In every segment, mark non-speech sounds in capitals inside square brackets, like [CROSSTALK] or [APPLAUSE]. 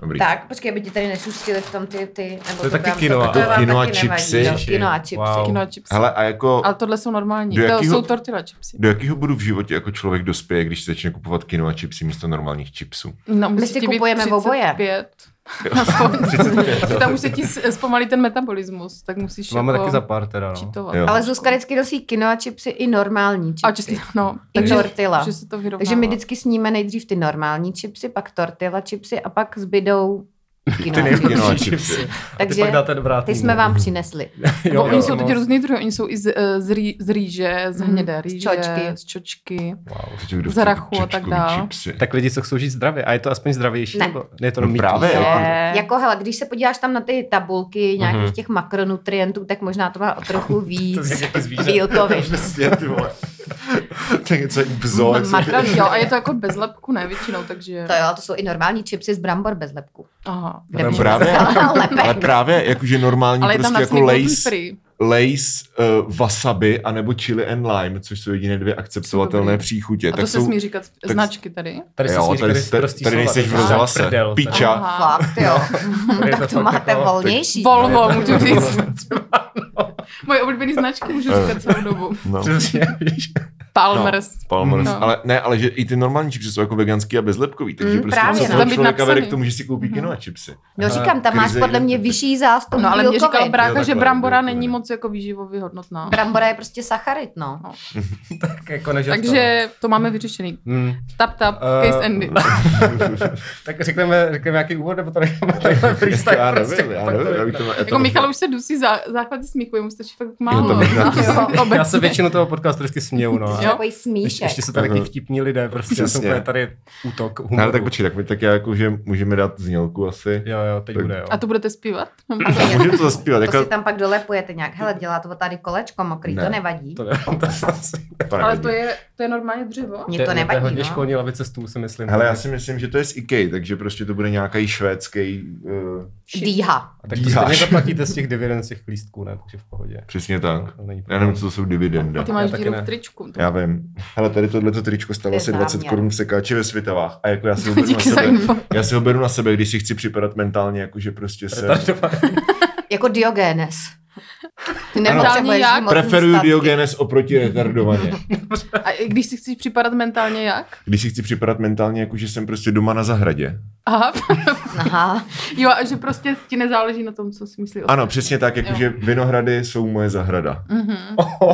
Dobrý. Tak, počkej, aby ti tady nešustili v tom ty... ty nebo To je taky vám- kino a- to vám kino a taky nevadí, chipsy. no, Kino a chipsy. Wow. Kino- Kino a chipsy. Hele, a jako Ale tohle jsou normální. Do To jakýho- jsou tortilla chipsy. do jakého bodu v životě jako člověk dospěje, když se začne kupovat kino a chipsy místo normálních chipsů? No, My musí si ti být kupujeme oboje. 35. [LAUGHS] Aspoň. 35, jo. Tam už se ti s- zpomalí ten metabolismus, tak musíš To máme jako taky za pár teda, no. čítovat. Jo. Ale Zuzka vždycky nosí kino a chipsy i normální A chipsy. čistě, no. I tortilla. Že se to vyrovnává. Takže my vždycky sníme nejdřív ty normální chipsy, pak tortilla chipsy a [LAUGHS] pak zbydou kino a chipsy. Kino a chipsy. chipsy. No, Takže ten vrátný. ty jsme vám Mhm. přinesli. Bo oni no. jsou teď různý druhy, oni jsou i z, eh, z, rý, z rýže, z Mhm. hnědé Z rýže, čočky. z čočky. Wow. Protože kdo Z chce rachu a čočkový tak dál. Chipsy. Tak lidi, co chcou žít zdravě, a je to aspoň zdravější? Ne. Nebo? Ne, je to No jenom mýtný. právě, Jo. jako- Eh, Jako hele, když se podíváš tam na ty tabulky nějakých Mhm. těch makronutrientů, tak možná to má o [LAUGHS] trochu víc nějaký zvíře. bílkovin. Přesně, ty vole. to je něco jak bzo, jak se- Makron, jo, a je to jako bez lepku, ne, většinou, takže... To jo, ale to jsou i normální chipsy z brambor bez lepku. Aha. Kde No by- právě. [LAUGHS] Lepek. Ale právě jakože normální Ale je tam prostě jako napsaný gluten lace, free. lace uh, wasabi anebo chili and lime, což jsou jediné dvě akceptovatelné Dobrý. příchutě. A to se jsou, smí říkat tak- značky tady. Tady, se Jo, smíš tady- prostě tady- prostý tady slova, nejseš to v je rozhlase. prdel, tady. Piča. Aha. Fakt, jo. [LAUGHS] Tady [LAUGHS] je tak to, fakt máte jako- volnější. Volvo, můžu říct. Moje oblíbené značky můžu říkat celou dobu. No. Přesně, víš. Palmers. Palmer. No. Ale ne, ale že i ty normální čipsy jsou jako veganský a bezlepkový, takže Mm, prostě právě, co no. toho Tam být člověka vede napsaný. k tomu, že si koupí kino a čipsy. No říkám, tam máš Krize podle mě identity. vyšší zástup No ale mě bílkovin. říkal brácha, Jo, že takhle, brambora bílkoviny. není moc jako výživově hodnotná. Brambora je prostě sacharit, no. Tak jako než Takže to máme vyřešený. Hmm. Tap, tap, Eh, case ended. No. Tak řekneme, řekneme nějaký úvod, nebo to necháme takhle freestyle [LAUGHS] já nevím, prostě. já Fakt to nevím, já bych řekne. to Jako Michal už se dusí za, základy smíku, jemu stačí fakt málo. to [LAUGHS] bych na to- obecně. Já se většinu toho podcastu vždycky směju, no. Jo. Takový Ještě, smíšek. ještě jsou tady Aha. takový vtipní lidé, prostě já jsem Přesně. úplně tady útok humoru. Ne, ale tak počkej, tak, my, tak já jako, že můžeme dát znělku asi. Jo, jo, teď Tak- bude, jo. A to budete zpívat? To je- Můžu to zaspívat, To jako... [LAUGHS] si tam pak dolepujete nějak. Hele, dělá to tady kolečko mokrý, Ne. to nevadí. To ne, to asi... To Ale nevadí. to je, to je normálně dřevo? Mně to To je nevadí, hodně no. školní lavice stůl, si myslím. Hele, já si myslím, že to je z IKEA, takže prostě to bude nějaký švédský... Uh, Dýha. A tak to Díháš. stejně zaplatíte z těch dividend z těch lístků, ne? Takže v pohodě. přesně tak. To není No, Já nevím, co to jsou dividendy. A ty Já máš taky díru ne. v tričku. [LAUGHS] To Já vím. Hele, tady tohleto tričko stalo To je asi 20 záměr. korun v sekáči ve Svitavách. A jako já si ho beru na Díky za sebe. info. Já si ho beru na sebe, když si chci připadat mentálně, jako že prostě se... [LAUGHS] Jako Diogenes. Ty Mentální nepotřebuješ jak? hmotný Preferuju statky. Diogenes oproti retardovaně. A i když si chceš připadat mentálně jak? Když si chci připadat mentálně, jako že jsem prostě doma na zahradě. Aha. [LAUGHS] Aha. Jo, a že prostě ti nezáleží na tom, co si myslí Ano, přesně tak, jako Jo. že vinohrady jsou moje zahrada. Mhm.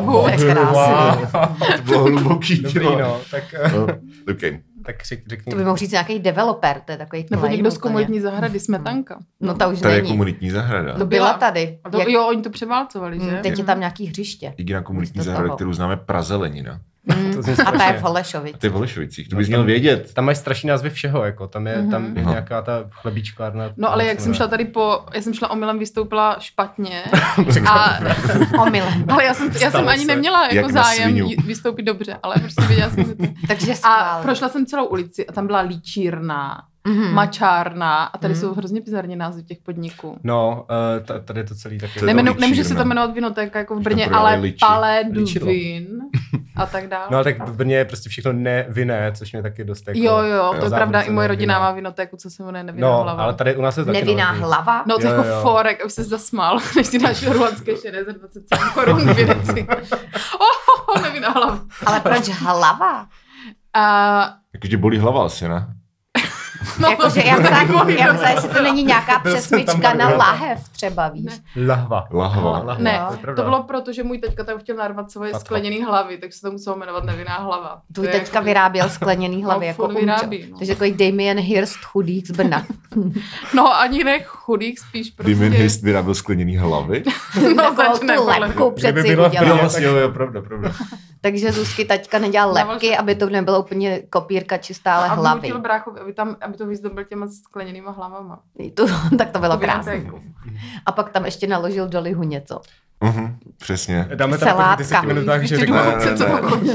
Vůbec krásný. [LAUGHS] To bylo hluboký, ty Dobrý, vole. no. Tak, eh, No, okay. tak řek, řekni. To by mohl říct nějaký developer, to No, je takový Nebo claim někdo z úplně. komodní zahrady, smetanka. No ta už Tady je není. komunitní zahrada. No byla tady. A to, Jak- jo, oni to převálcovali, Hm, že? Teď je tam nějaký hřiště. Jediná komunitní Místo zahrada, toho. kterou známe, Prazelenina. Hm, [LAUGHS] To zní A ta je strašně. v Holešovic. Ty Volešovicích, to No, bys tam- měl vědět. Tam mají strašný názvy všeho, jako. Tam je, Mhm. tam je Aha. nějaká ta chlebíčkárna. No ale jak co jsem ne. šla tady po, já jsem šla omylem, vystoupila [LAUGHS] špatně a Omylem. Ale já jsem, já jsem Stalo ani se. neměla jako Jak na zájem svinu. jí- vystoupit dobře, ale prostě věděla jsem, že to... [LAUGHS] Takže A schválně. prošla jsem celou ulici a tam byla líčírna, Mhm. mačárna a tady Mhm. jsou hrozně bizarní názvy těch podniků. No, eh, ta- tady je to celý taky. To je Nemenu, ta nemůže se líčírna. to jmenovat vinotéka jako v Když tam Brně, prodávali ale líči. palé Líčidlo. duvin a tak dále. No ale tak v Brně je prostě všechno nevinné, což mě taky dost jako... jo, jo, to je závodce pravda, i moje nevinné. rodina má vinotéku, co se jmenuje Nevinná No, hlava. ale tady u nás je to taky Nevinná nový. hlava? No to Jo, jako jo. forek, už se zasmál, [LAUGHS] než si dáš holandské šedé za 27 korun v [LAUGHS] Věneci. Oh, nevinná hlava. [LAUGHS] Ale proč hlava? A Jakože Jako, bolí hlava asi, ne? No, Jakože já [LAUGHS] myslím, Nebolí já hlava. myslím, jestli to není [LAUGHS] nějaká Byl jsem tam přesmička pak na hlava. lahev třeba, víš. Ne. Lahva. Lahva. Lahva. Ne, No, to je to, pravda. bylo proto, že můj teďka tam chtěl narvat svoje Fatfa. skleněný hlavy, tak se to muselo jmenovat nevinná hlava. To Tvůj je teďka jako- vyráběl skleněný hlavy [LAUGHS] No, jako furt umčo. vyrábí, no. Takže takový Damien Hirst chudík z Brna. [LAUGHS] No ani ne chudých, spíš prostě. Demon Hist vyráběl skleněný [LAUGHS] hlavy. [LAUGHS] [LAUGHS] No Takovou začne, Jako tu podle mě. lepku Kdyby přeci byla v Jo, Jo, udělal. Brně- vlastně, tak- jo, jo, pravda, pravda. Takže Zuzky taťka nedělal Naval- lepky, aby to nebylo úplně kopírka čistá, ale A hlavy. vnutil bráchovi, aby, tam, aby to vyzdobil těma skleněnýma hlavama. [LAUGHS] To, tak to bylo To jako- bylo krásné. A pak tam ještě naložil do lihu něco. Mhm, přesně. Dáme tam Celátka. po 10 minutách, No že Ty řekne... [LAUGHS] Ne, ne, důchodce, [LAUGHS] co ne. pokojí.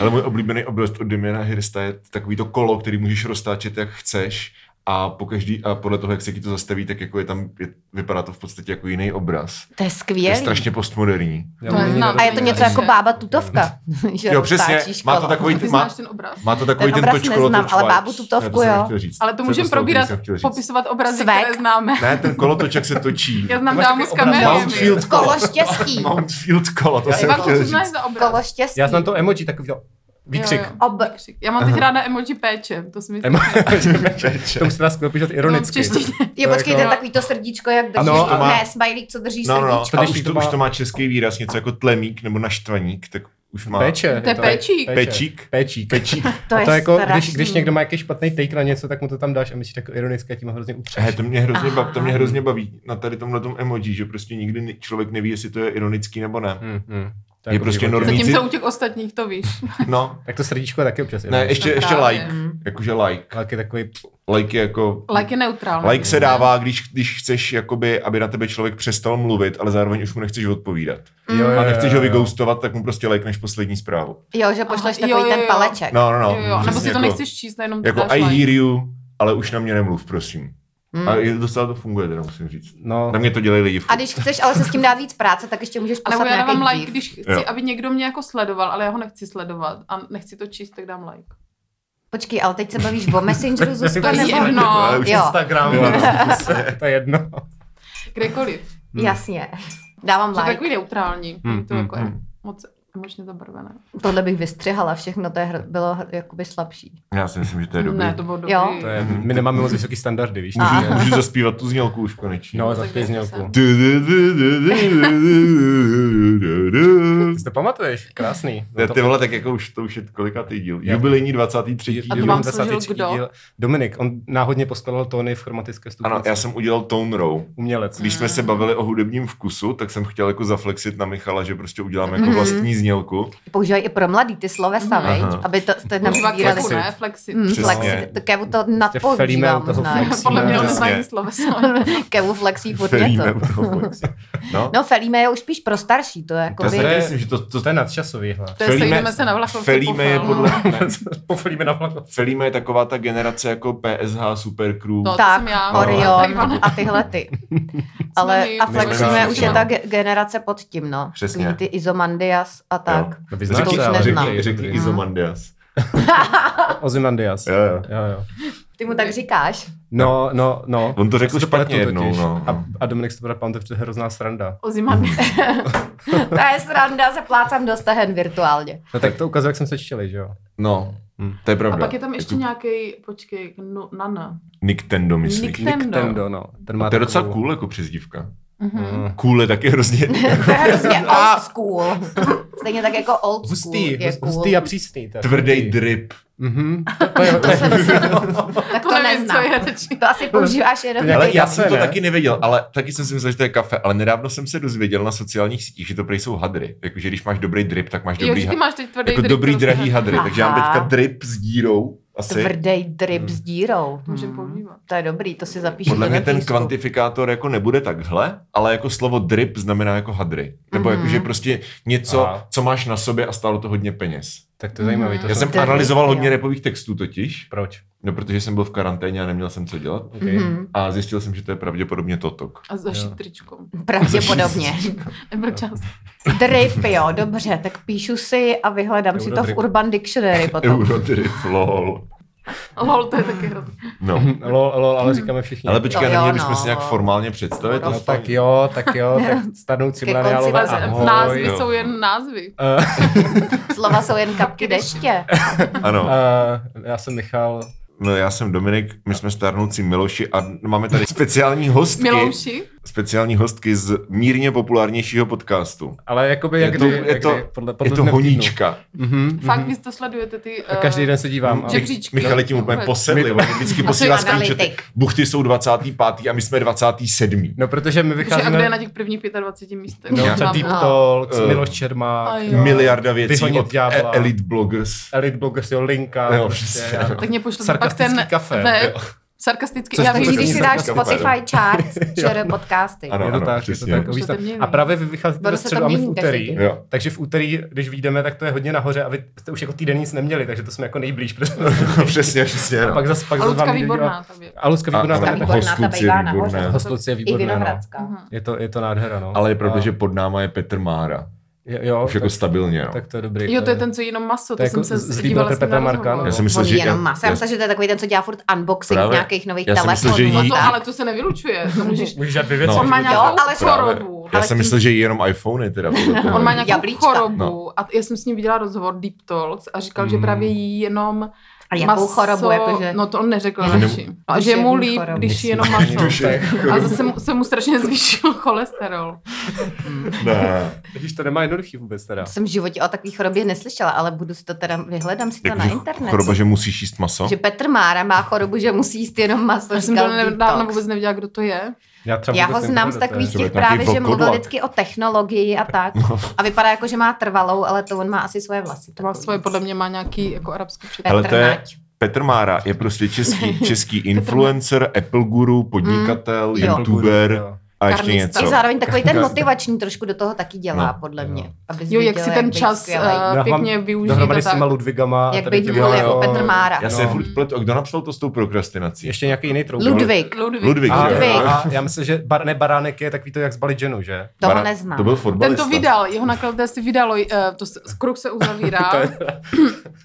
Ale můj oblíbený oblast od Demiana Hirsta je takový to kolo, který můžeš roztáčet, jak chceš a, po každý, a podle toho, jak se ti to zastaví, tak jako je tam, je, vypadá to v podstatě jako jiný obraz. To je Je skvělé. strašně postmoderní. Já To mám neznám. někde No, A je to Dobrý, doma něco takže- jako bába tutovka. [LAUGHS] že Jo, přesně, roztáčíš má to kolo. takový, Ty má, znáš ten obraz? má to takový Ten ten, obraz to čkolo, neznám, to ale švajc. bábu tutovku, Ne, to jsem jo. nechtěl říct. Ale to je slovo, můžeme který probírat, jsem chtěl říct. popisovat obrazy, Svek. které [LAUGHS] známe. Ne, ten kolotoč, jak se točí. [LAUGHS] Já znám Máš dámu taky s obraz kamerou. Mountfield kolo. Kolo štěstí. No. Mountfield kolo, to Já jsem mám chtěl Ivanko, co říct. znáš za obraz? Kolo štěstí. Já znám to emoji, takový to výkřik. Jo, jo. Ob- Výkřik. Já mám teď ráda emoji péče, to si mi [LAUGHS] Emo- [LAUGHS] Čeče. To musíte nás klopit že to No, v [LAUGHS] ironicky. [LAUGHS] češtině. Jo, To počkej, jako- to je takový to srdíčko, jak držíš. Ano, a- Ne, smajlík, co drží No, no, no. srdíčko. A Když už to to, má- už to má český výraz, něco jako tlemík nebo naštvaník, tak už má... Péče. To je péčík. Pečík. Péčík. Pečík. To a je to jako, když, strašný. když, někdo má jaký špatný take na něco, tak mu to tam dáš a myslíš jako ironicky a tím ho hrozně utřeš. He, to mě hrozně, Aha. bav, to mě hrozně baví na tady tomhle tom emoji, že prostě nikdy ni- člověk neví, jestli to je ironický nebo ne. Hmm, hmm. To Je jako prostě v životě. normální. Zatímco u těch ostatních to víš. [LAUGHS] No, Tak to srdíčko je taky občas ne, ironické. ještě, No ještě právě. like, Mm. jakože like. Ale je takový... Like je jako... Like je neutrální. Like se dává, když, když chceš, jakoby, aby na tebe člověk přestal mluvit, ale zároveň už mu nechceš odpovídat. A nechceš ho vygoustovat, tak mu prostě lajkneš poslední zprávu. Jo, že pošleš Aha, jo, takový jo, ten jo. paleček. No, no, no. Jo, jo, a nebo přesně si to jako- nechceš číst, jenom to Jako dáš I like. hear you, ale už na mě nemluv, prosím. Mm. A je- docela to funguje, teda musím říct. No, Na mě to dělají lidi. furt. A když chceš ale se s tím dát víc práce, tak ještě můžeš A nebo poslat já nějaký dávám like, dív. když chci, Jo. aby někdo mě jako sledoval, ale já ho nechci sledovat a nechci to číst, tak dám like. Počkej, ale teď se bavíš o [LAUGHS] Messengeru, Zuzko, To je nebo... jedno. Ale už Jo. Instagram, no. Jo. to je jedno. Kdekoliv. Hmm. Jasně. Dávám To je like. takový neutrální. Hmm, Hmm, to hmm, jako hmm. moc emočně zabarvené. Tohle bych vystřihala všechno, to je hr- bylo hr- jakoby slabší. Já si myslím, že to je dobrý. Ne, to bylo dobrý. Jo. To je, my nemáme moc vysoký standardy, víš? A. takže- Můžu, můžu zaspívat tu znělku už konečně. No, Tak za znělku. jsem. Du, du, du, du, du, du, du, du, du. Ty si to pamatuješ? Krásný. [LAUGHS] No, Ne, Ty vole, tak jako už to už je kolikátý díl. Já- Jubilejní 23. A to díl. mám 23. složil kdo? díl. Dominik, on náhodně poskládal tóny v chromatické stupnici. Ano, já jsem udělal Tone Row. Umělec. Když Ah. jsme se bavili o hudebním vkusu, tak jsem chtěl jako zaflexit na Michala, že prostě uděláme jako Mhm. vlastní znělku. Používají i pro mladý ty slovesa, Mhm. mm. Aha. aby to jste Používá nabírali. kleku, ne? Flexi. Mm, Přesně. flexi, to kevu to felíme u nadpoužívá toho možná. flexi. Podle mě on Přesně. nezná sloveso. [LAUGHS] kevu flexí furt Felíme je u to. toho vkusu. No, No, felíme je už spíš pro starší, to je já jako si by- taky myslím, že to, to, To je nadčasový hlad. To je [LAUGHS] sejdeme se No. na vlachovce Felíme je po podle... ne, Pofolíme na vlakovce. Felíme je taková ta generace jako PSH, Supercrew. No, to tak, jsem já. Orion Ivana. a tyhle [LAUGHS] ty. Ale my, a my flexíme jsme už my. je ta ge- generace pod tím, no. Přesně. Takový Ty Izomandias a tak. Jo. Řekni, No, vyznáš Znáš řekni, se, to, ale neznám. řekni, No. řekni Izomandias. Ozymandias. Jo, jo. Jo, jo. Ty mu tak říkáš. No, no, no. On to řekl Já si špatně pletu jednou, totiž. no. A, a Dominik si to bude pamatovat, to je hrozná sranda. Ozymandias. [LAUGHS] To je sranda, se plácám do stehen virtuálně. No tak to ukazuje, jak jsem se čili, že jo? No, Hm. to je pravda. A pak je tam ještě Jako nějaký, počkej, no, Nana. Mhm. Nintendo, myslíš. Nick- Tendo. Nintendo, no. Ten má A to je docela takovou- cool jako přezdívka. Mhm. Mm. Cool je taky hrozně. [LAUGHS] To je hrozně old school. Stejně tak jako old school Hustý, je cool. hustý a přísný. to je Tvrdý hustý. drip. Mhm. [LAUGHS] To- To je, to je, tak to, To Jako nevím, co neznám. je radši. To asi používáš jenom jako To je Ale ty. nějaký já kafe, jsem to ne? taky nevěděl, ale taky jsem si myslel, že to je kafe, ale nedávno jsem se dozvěděl na sociálních sítích, že to prý jsou hadry. Jakože když máš dobrý drip, tak máš Jo, dobrý, že ty ha- máš teď tvrdý jako drip, dobrý to se drahý ne- hadry. Takže já mám Aha. teďka drip s dírou asi. Hmm. Tvrdý drip s dírou. Můžem Hm. používat. To je dobrý, to si zapíšu. Podle do mě ten notísku. kvantifikátor jako nebude takhle, ale jako slovo drip znamená jako hadry. Nebo Mhm. jako, že prostě něco, Aha. co máš na sobě a stálo to hodně peněz. tak to je zajímavý. To Já jsou- jsem drip, analyzoval hodně jo. repových textů totiž, Proč? no protože jsem byl v karanténě a neměl jsem co dělat. Okay. Mhm. A zjistil jsem, že to je pravděpodobně totok. A Jo. zašít tričkou. [LAUGHS] Pravděpodobně. Nebyl čas. Drip, jo, dobře, tak píšu si a vyhledám si to v Eurodrip. Urban Dictionary potom. Eurodrip, lol. Lol, to je taky hrozný. Mhm. No. Lol, lol, ale říkáme všichni. Ale počkej, To neměli jo, bychom no. si nějak formálně představit. No No tak jo, tak jo, tak starnoucí Ke mileniálové, konci vás- ahoj. Názvy Jo. jsou jen názvy. Eh, Slova jsou jen kapky deště. Ano. eh, já jsem Michal. No, já jsem Dominik, my jsme starnoucí Miloši a máme tady speciální hostky. Milouši. Speciální hostky z mírně populárnějšího podcastu. Ale jakoby jak Je to- kdy, je jak to- kdy, podle, Je podle to dne v týdnu. honíčka. Mhm, Fakt, mhm. vy to sledujete ty... A eh, každý den se dívám. A... Žebříčky. Michale tím úplně Vůbec. posedli, on vždycky posílá Asi screenshot. analytik. Buchty jsou 25. a my jsme 27. No protože my Že a kde je na vycházíme... těch prvních 25 místech? No, Já- třeba Deep Mám- Talk, Eh, Miloš Čermák, A jo. Miliarda věcí Vyhonit od ďábla. e- Elite Bloggers. Elite Bloggers, jo, Linka. Jo, prostě, přesně. ano. Tak mě pošlete pak Sarkastický ten kafe. web, Sarkasticky. Což já Takže to taky vím, když si že- jsem dáš sarkasmus. [LAUGHS] Spotify charts, čere Jo. podcasty. Ano, je to ano, tak, je to přesně. tak. Pošlete Víš, mě, a no. právě vy vycházíte Ono ve se středu tam a my v mění úterý. každý Jo. [LAUGHS] Takže v úterý, když vyjdeme, tak to je hodně nahoře a vy jste už jako týden nic neměli, takže to jsme [LAUGHS] jako nejblíž. Protože přesně, přesně. a No. pak zase pak A zase Lucka vám jde výborná dělat- tam je. A Lucka A- výborná. ale tam je Ta taky. výborná, ta Hostluc je bývá nahoře. výborná. Hostluc je I výborná, no. Vinohradská. Aha. Je to, je to nádhera, no. Ale je pravda, A- že pod náma je Petr Mára. Jo, jo Už jako tak, stabilně, no. tak to je dobrý. Jo, to je ten, co jenom maso, To to, je jsem jako se zlý dívala bratr jsem na Petra rozhovor. Marka, ne? Já jsem myslel, On že... jí jenom já- má. Já já- myslím, že to je takový ten, co dělá furt unboxing Právě. nějakých nových Já jsem myslel, telefonů. že a jí- No to, tak. ale to se nevylučuje, to můžeš... Můžeš dát dvě věci. No. On má že? nějakou ale ale právě. chorobu. Já Ale jsem tím- myslel, že jí jenom iPhony [LAUGHS] teda. podle toho. On má nějakou Jablíčka. chorobu No. a já jsem s ním viděla rozhovor Deep Talks a říkal, že Mm. právě jí jenom A jakou maso, chorobu, jakože... no to on neřekl Že radši. No, a že je mu Duševní líp, chorobu. když jí jenom Duševní maso. chorobu. Duše, A zase mu, se mu strašně [LAUGHS] zvýšil cholesterol. ne. Ježíš, to nemá jednoduchý vůbec teda. Jsem v životě o takové chorobě neslyšela, ale budu si to teda, vyhledám si to na Jakože internetu. choroba, že musíš jíst maso? Že Petr Mára má chorobu, že musí jíst jenom maso. Já jsem říkal to nedávno detox. vůbec nevěděla, kdo to je. Já, třeba Já vůbec ho nevím, znám kdo z to je. takových To těch je nějaký právě, že mluvil vlkodlak. vždycky o technologii a [LAUGHS] tak. A vypadá jako, že má trvalou, ale to on má asi svoje vlasy. To má takový. svoje, podle mě má nějaký jako arabský předtím. Ale Petr to je- Nať. Petr Mára je prostě [LAUGHS] český, český influencer, Apple guru, podnikatel, Hmm. Jo. youtuber Jo. a ještě Karlista. něco. I Co? zároveň [LAUGHS] takový ten Každý- motivační trošku do toho taky dělá, No. podle jo. mě. abys Jo, jak viděl, si ten být čas skvělej. eh, Dohromady- pěkně využít. Dohromady a s těma tak. Ludvigama. a Jak tady být těma- byl jo, jako jo. Petr Mára. Já se No. furt pletu. A kdo napsal to s tou prokrastinací? Ještě nějaký jiný troubel. Ludvík. Ludvík. Ludvík. A, že jo? Ludvík. No, a, já myslím, že bar, ne baránek je takový to, jak zbalit ženu, že? Toho Bara- neznám. To byl Ten fotbalista. to vydal, jeho nakladatelství si vydalo, eh, to s- kruh [LAUGHS] se uzavírá.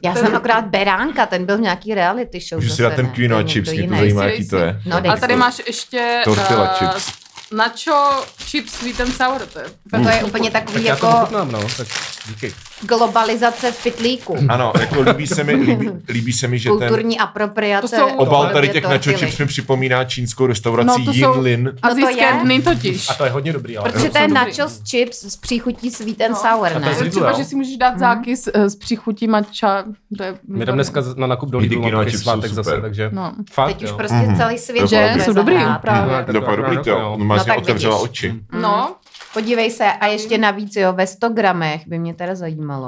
Já ten- jsem akorát Beránka, ten byl v nějaký reality show. Můžu si zase, dát ten ne? Queen a je chips, někdo mě to jiný. zajímá, Dej jaký si, to dej je. No, dej A tady máš ještě Tortilla eh, chips. nacho chips sweet and sour. To je Hmm. To je úplně tak takový já to jako ochutnám, no. Tak díky. globalizace v pitlíku. Ano, jako líbí se mi, líbí, líbí se mi že ten Kulturní apropriace. To jsou- obal ohledně tady těch nacho tortily. chips mi připomíná čínskou restauraci No, to jsou- Yinlin. to Azijské je. dny totiž. A to je hodně dobrý, ale. Protože To to je jsou dobrý. nachos chips s příchutí sweet and No. sour, A to ne? Hmm. z- Je Lidlu, třeba, jo. že si můžeš dát zákys eh, s příchutí matcha. To je My jdeme dneska na nakup do Ty Lidlu, mám kino a takový chips jsou svátek super. zase, takže No. fakt, Teď už jo. prostě Mhm. celý To svět je Že pravda. bude jsou dobrý zahrát. právě. to- Dopadá to- dobrý, to- to. No, No, má tak otevřela vidíš. oči. No, Podívej se, a ještě navíc, jo, ve 100 gramech by mě teda zajímalo.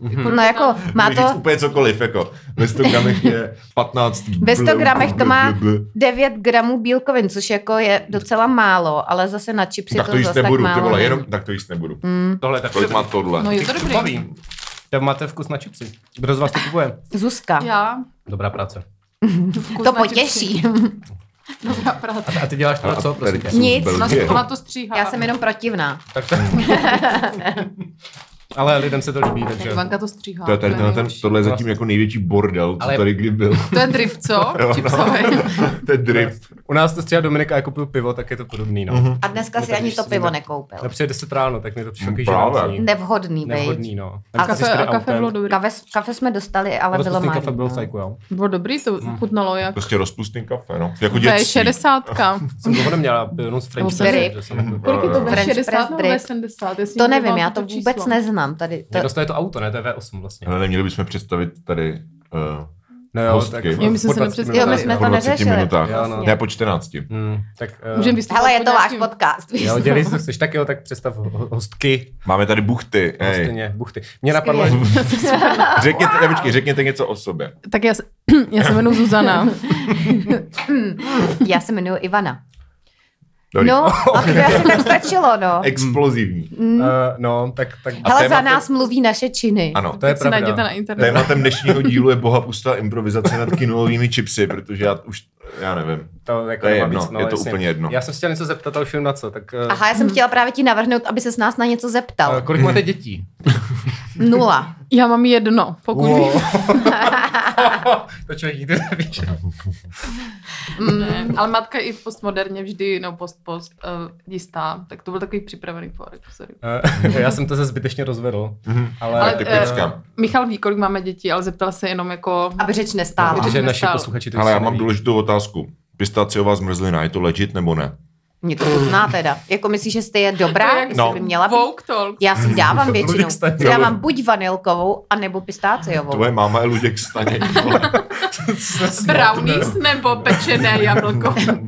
Mhm. No jako, má Může říct to úplně cokoliv, jako ve 100 gramech je 15. Ve 100 gramech to má- bl- bl- bl- 9 gramů bílkovin, což jako je docela málo, ale zase na čipsy Tak to, to jíst zase nebudu, tak ty málo. vole, není. jenom, tak to jíst nebudu. Mm. Tohle je tak Kolik má tohle? no je to dobrý. Baví. Tam máte vkus na čipsy. Kdo z vás to kupuje? Zuzka, Já. Dobrá práce. vkus to na čipsy. [LAUGHS] potěší. Dobrá práce. A ty děláš to, A- co, a- prosím tě? jsou z Nic, Ona, Belgie. ona to [LAUGHS] stříhá. Já jsem jenom protivná. Tak to... [LAUGHS] Ale lidem se to líbí, takže... Ivanka to stříhá. To je tady je tenhle, ten, nejlepší. tohle je zatím jako největší bordel, co Ale- tady kdy byl. To je drip, co? Jo, no. [LAUGHS] Chipsovej. to je drip. U nás to stříhá Dominika, já kupuju pivo, tak je to podobný, no. Mhm. A dneska No, si tak ani když to si pivo jdeme- nepkoupil. Ale přijde 10 ráno, tak mi to přišlo Mm, takový právě. žádoucí. Nevhodný, vej. Nevhodný, no. A Dneska jsi Kafe, tady a kafe autem. bylo dobrý. Kafe, kafe jsme dostali, ale Rozpustný bylo malý. kafe bylo no. psycho, jo. Bylo dobrý, to Hm. chutnalo jak Prostě rozpustný kafe, no. Jako dětství. V60. Jsem dlouho neměla, byl jenom z French Drip. press, že jsem jako- Kolik je to French ve press 60 nebo drip. ve 70? Jestli To někdo nevím, má já to vůbec číslo. neznám. Tady, to, Někdo to je to auto, ne? To je V8 vlastně. Hele, neměli bychom představit tady uh, No hostky. Jo, my jsme po 20 se nepředstavili. jo, my minutách, jsme jo. po to 20 neřešili. minutách. Jo, no. Ne, po 14. Hmm, tak, eh, Můžeme vystupovat Hele, je pod to váš nějakým- podcast. víš. Jo, dělej, co chceš. Tak jo, tak představ ho- hostky, Máme tady buchty. Hej. hostině, buchty. Mě napadlo, Vlastně [LAUGHS] Skvělý. Řekněte, ne, počkej, řekněte něco o sobě. [LAUGHS] Tak já se, [CLEARS THROAT] já se jmenuji Zuzana. Já se jmenuji Ivana. Dobrý. [LAUGHS] No, a to by asi tak stačilo, no. Explozivní. Mm. eh, no, tak, tak A Hele, téma za to- nás mluví naše činy. Ano. to je Tak si najděte na pravda. internetu. Tématem dnešního dílu je boha pustá improvizace nad kinovými chipsy, protože já už, já [LAUGHS] nevím. To, jako To je nemá jedno, víc, no, je to jasně. úplně jedno. Já jsem se chtěl něco zeptat, ale už vím na co. Tak, eh, Aha, já Hmm. jsem chtěla právě ti navrhnout, aby ses nás na něco eh, zeptal. kolik máte dětí? Nula. Já mám jedno, pokud Wow. [LAUGHS] vím. to člověk nikdy neví. že- Ne, ale matka i v postmoderně vždy, no, nebo post-post, uh, jistá. Tak to byl takový připravený forex, sorry. Eh, Já jsem to se zbytečně rozvedl. Mhm. Ale, Ale, Tak ty eh, počkám. Michal ví, kolik máme dětí, ale zeptala se jenom jako... Aby řeč nestála. Protože Aby naši nestálo. posluchači eh, to Ale já jistě mám neví. [LAUGHS] důležitou otázku. Pistáciová zmrzlina, je to legit nebo ne? Mě to chutná teda. Jako myslíš, že jste je dobrá, To je jestli no. by měla být? Vogue Talk. Já si ji dávám většinou. Ludik Staněk. Si dávám buď vanilkovou, anebo pistáciovou. Tvoje máma je Luděk Staněk. [LAUGHS] vole. Brownies nebo pečené jablko. [LAUGHS]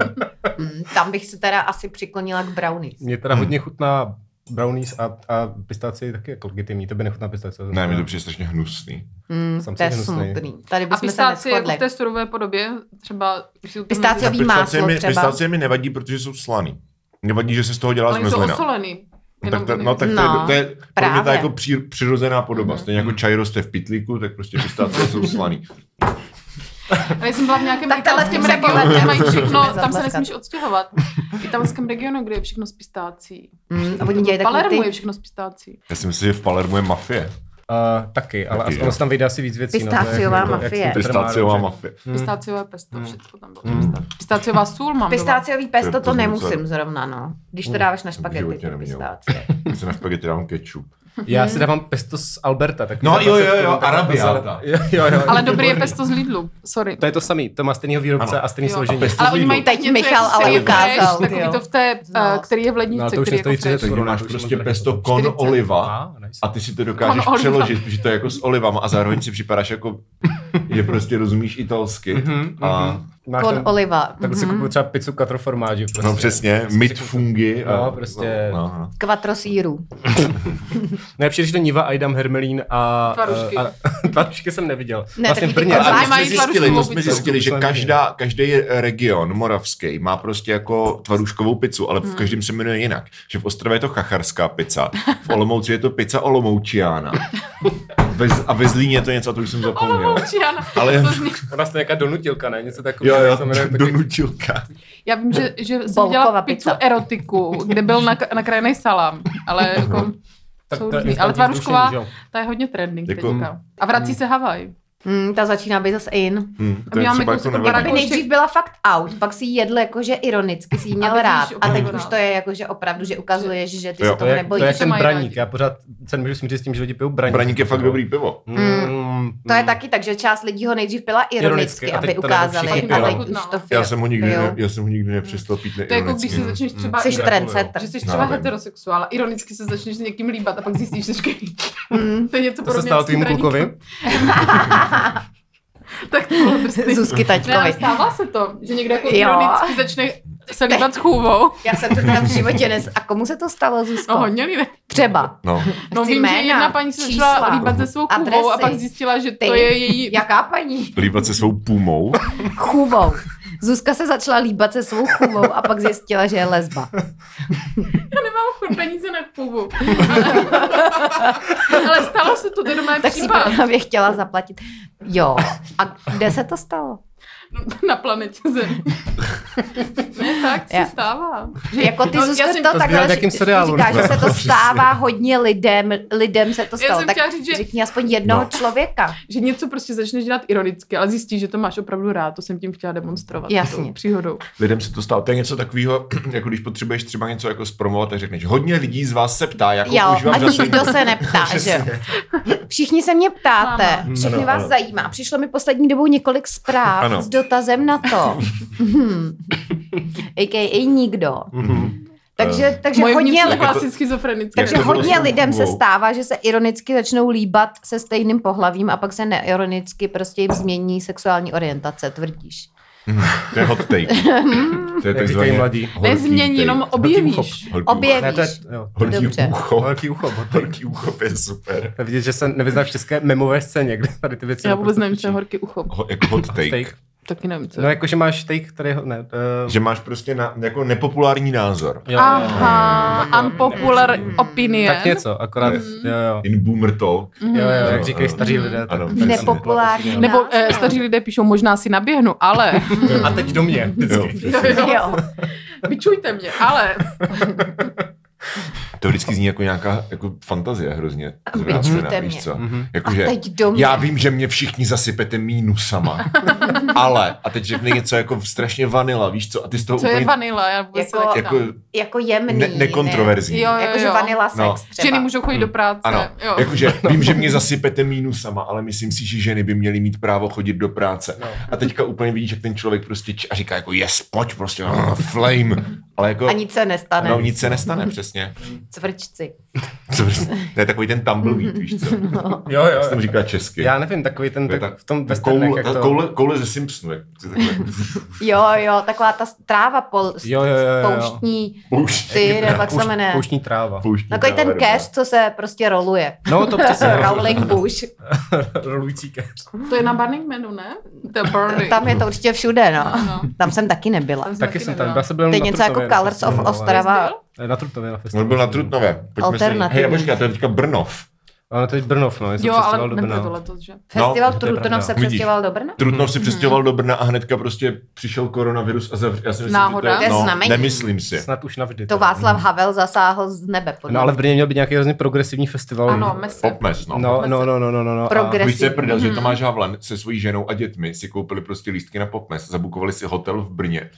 Mm, tam bych se teda asi přiklonila k brownies. Mě teda hodně chutná brownies a, a pistaci taky jako legitimní, to by nechutná pistace. Ne, mi to přijde strašně hnusný. Mm, Jsem to je si hnusnej. smutný. Tady A bychom se pistáci jako neschodli. v té surové podobě, třeba... když jsou tam- Pistáciový Dobrý Pistacie máslo mi, třeba. pistacie mi nevadí, protože jsou slaný. Nevadí, že se z toho dělá Oni jsou zmrzlina. osolený. No tak, to, Jenom- no, tak No, to, je, to je pro mě ta právě. jako při, přirozená podoba. Stejně jako čaj roste v pitlíku, tak prostě pistácie jsou slaný. A já jsem byla v nějakém Tak tenhle italském tím se regionu, povedne. kde mají všechno, Můžeme tam se zatleskat. nesmíš odstěhovat. V italském regionu, kde je všechno z pistácí. Mm, a oni dělají V Palermu takový je ty všechno z pistácí. Já si myslím, že v Palermu je mafie. Uh, taky, ale Taky, taky, ono jo. se tam vyjde asi víc věcí. Pistáciová no, to je- jak- mafie. jak- jak- Pistáciová jak- mafie. Hmm. Pistáciové pesto, všechno tam bylo. Mm. Pistáciová sůl mám doma. pistáciový pesto, To- to to jsem nemusím docela- zrovna, no. Když to Mm, dáváš na jsem v špagety, životě ty neměl. pistácie. Já si na spaghetti dám ketchup. Já si dávám pesto z Alberta. Tak No, za jo, jo, 20 korun, jo, tak na to Arabiáta. zale- Jo, jo, jo. Ale dobrý je pesto z Lidlu, sorry. To je to samý, to má stejného výrobce Ano. a stejný Jo. složení. A pesto- Ale z oni Lidlu. mají Teď něco, Michal jak ale který je ukázal, fresh, Takový jo. to v té, eh, Znalost. který je v No, lednici, to už který je je jako 130 [LAUGHS] fresh. Teď korun. máš prostě pesto kon 40. oliva A, nice. a ty si to dokážeš Kon oliva. přeložit, že to je jako s olivama a zároveň si připadáš jako, že prostě rozumíš italsky. Mhm, A, mhm. Máš Kon tam- oliva. Tak si mhm. kupuju třeba pizzu katroformáži. Prostě. no přesně, mit fungi. a- No, prostě- No, no. Kvatro sírů. Nejlepší, když to Niva, Aidam, Hermelín a... Tvarušky. A, a, tvarušky jsem neviděl. Ne, taky vlastně v Brně. ty Ale Zvlášť my jsme mají zjistili, tvaruškovou to jsme pizzu. zjistili, že To jsem každá, každý region moravský má prostě jako tvaruškovou pizzu, ale v Hmm. každém se jmenuje jinak. Že v Ostrově je to chacharská pizza, v Olomouci je to pizza olomoučiána. Ve, Z- a ve Zlíně je to něco, a to už jsem zapomněl. Olomouci, ano. Ale- To zní- Ona jste nějaká donutilka, ne? Něco Jo, takového. jak jo, se jmenuje, taky- donutilka. Já vím, že, že jsem Bolková dělala pizzu pizza. erotiku, kde byl nak- nakrajený salám, ale jako tak jsou to je různý. Ale instantní tvarušková, vzrušení, že jo? ta je hodně trending Jako- teďka. A vrací se Havaj. Mm, ta začíná být zase in. Hm, A to my je máme třeba kousek jako od Aby nevadí. Barabiny. Jako nejdřív že- byla fakt out, pak si ji jedl jakože ironicky, si ji měl teď rád. už A opravdu no. teď už rád. to je jakože opravdu, že ukazuješ, že ty Jo. se To toho To je, to nebojíš. je jak že ten mají braník. rádi. Já pořád se nemůžu smířit s tím, že lidi pijou braník. Braník je fakt dobrý pivo. Mm, To je taky tak, že část lidí ho nejdřív pila ironicky, Ironicky, a aby teď to najednou ukázali, všichni a pijou. teď už to Já Já fil- jsem ho nikdy, pijou. ne, já jsem ho nikdy nepřestal pít no. To je jako když neironicky. se začneš třeba... Jsi Gratuluju. trendsetter. Že jsi Mm. No, třeba vím. heterosexuál, a ironicky se začneš s někým líbat a pak zjistíš, že jsi Mm. To je něco To se podobného stalo s tvým braníkem. klukovi? [LAUGHS] Tak to bylo drsný. Zuzky Ne, ale Taťkovi. stává se to, že někdo jako Jo. ironicky začne se líbat s chůvou. Já jsem to teda v životě nes... A komu se to stalo, Zuzko? No hodně lidé. Třeba. No, No Chci vím, že jména, jedna paní se čísla. začala líbat se svou chůvou a Adresy. pak zjistila, že to Ty. je její... Jaká paní? líbat se svou pumou. Chůvou. Zuzka se začala líbat se svou chůvou a pak zjistila, že je lesba. Já [LAUGHS] nemám chuť peníze na chůvu. [LAUGHS] Ale stalo se to, to je normální Tak si případ. právě chtěla zaplatit. Jo. A kde se to stalo? Na planetě [LAUGHS] Zem. ne, tak se Já- stává. Že jako ty No, já Zuzka jsem- to To znělo takhle v jakém š- seriálu, říká, že ne? se to stává hodně lidem, lidem se to Já stalo. jsem Tak chtěla říct, že- řekni aspoň jednoho No. člověka. Že něco prostě začneš dělat ironicky, ale zjistíš, že to máš opravdu rád. To jsem tím chtěla demonstrovat. Jasně. tou Příhodou. lidem se to stalo. To je něco takového, [CLEARS THROAT] jako když potřebuješ třeba něco jako zpromovat, tak řekneš, hodně lidí z vás se ptá, jako Jo, už vám a zase nikdo se [LAUGHS] neptá, že jo. Všichni se mě ptáte, Ano. všechny Ano, vás ano. zajímá. Přišlo mi poslední dobou několik zpráv No, Ano. s dotazem na [LAUGHS] to. [LAUGHS] Hmm. A.k.a. nikdo. Mhm. Takže, takže Moje hodně, vnitřní jako- jako- hlas je schizofrenický. Jak takže to bylo s hodně tou lidem se chudobou? stává, že se ironicky začnou líbat se stejným pohlavím a pak se neironicky prostě jim změní sexuální orientace, tvrdíš. To je hot [LAUGHS] take. To je Jak takzvaně říkají mladí. horký Nezmění, take. jenom objevíš. Horký Objev- ucho. Ne, to je, jo. Horký Dobře. ucho. Velký ucho, botek. Horký ucho je super. To je Vidět, že se nevyznáš v české memové scéně, kde tady ty věci... Já naprosto vůbec nevím, točí. co je horký ucho. Ho, jako hot take. Steak. Taky nevím, co No je. jako, že máš steak, který... ho- Ne, eh, Že máš prostě na, jako nepopulární názor. jo, jo, jo. Aha, unpopular opinion. Tak něco, akorát... Jo, jo. In boomer talk. Jo, jo, jak Ano, říkají ano. staří lidé. tak- Ano. tak jsem- Nepopulární. Nebo eh, staří lidé píšou, možná si naběhnu, ale... A teď do mě. Jo, Vždycky. přesně. [LAUGHS] Jo. Vyčujte mě, ale... to vždycky zní jako nějaká jako fantazie hrozně Vyčujte zvrácená, víš mě. co? Mhm. Jako, A že- teď do mě. Já vím, že mě všichni zasypete mínusama, [LAUGHS] ale, a teď řekne něco jako strašně vanila, víš co, a ty z toho Co je úplně vanila? Já vůbec Jako- se jako jako, Jako jemný. ne- nekontroverzní. Jo, Jakože vanila sex No. třeba. Ženy můžou chodit Hmm. do práce. Ano, Jo. Jako- jakože vím, že [LAUGHS] mě zasypete mínusama, ale myslím si, že ženy by měly mít právo chodit do práce. No. A teďka úplně vidíš, jak ten člověk prostě č- a říká jako yes, pojď prostě, [LAUGHS] uh, flame. Ale jako, A nic se nestane. no nic se nestane, přesně. Cvrčci. To je takový ten [LAUGHS] tumbleweed, víš co? No. Jo, Jak jo. se tomu říká česky. Já nevím, takový ten, To je tak, v tom westernech, koule, jak ta to... koule, koule ze Simpsonu, jak to [LAUGHS] takhle Jo, jo, taková ta tráva pol, Jo, jo, jo, jo. pouštní, pouští. ty, nebo jak se pouš- jmenuje. Pouštní tráva. pouští Takový No, jako ten zároveň. keř, co se prostě roluje. No, to [LAUGHS] přesně. Rolling bush. Rolující keř. To je na Burning Manu, ne? To je Burning. Tam je to určitě všude, no. No, Tam jsem taky nebyla. tam jsem Taky jsem tam, nebyla. já jsem byl To je na něco jako Trutnově na Colors of festivalu, ale- Ostrava. No, Jsi Na Trutnově na festivalu. no. On byl na Trutnově. Pojďme Alternativní. Si... Hej, a počkej, a to je teďka Brnov. Ono to je Brnov, no, já jsem Jo, ale přestěhoval do nebylo to Brna. letos, že? Festival No, to je Trutnov se pravda. Vidíš. přestěhoval do Brna? Trutnov si přestěhoval do Brna a hnedka prostě přišel koronavirus a zavřel. Já si myslím, Náhoda. Že to, je, To je no, znamení. nemyslím si. Snad už navždy. To teda. Václav Havel zasáhl z nebe. Podle. No ale v Brně měl být nějaký hrozně progresivní festival. Ano, mese. Popmes, no. No, no, no, no, no, no. no. A, Progres- Víš, co je prdel, že Mhm. Tomáš Havlan se svojí ženou a dětmi si koupili prostě lístky na popmes, zabukovali si hotel v Brně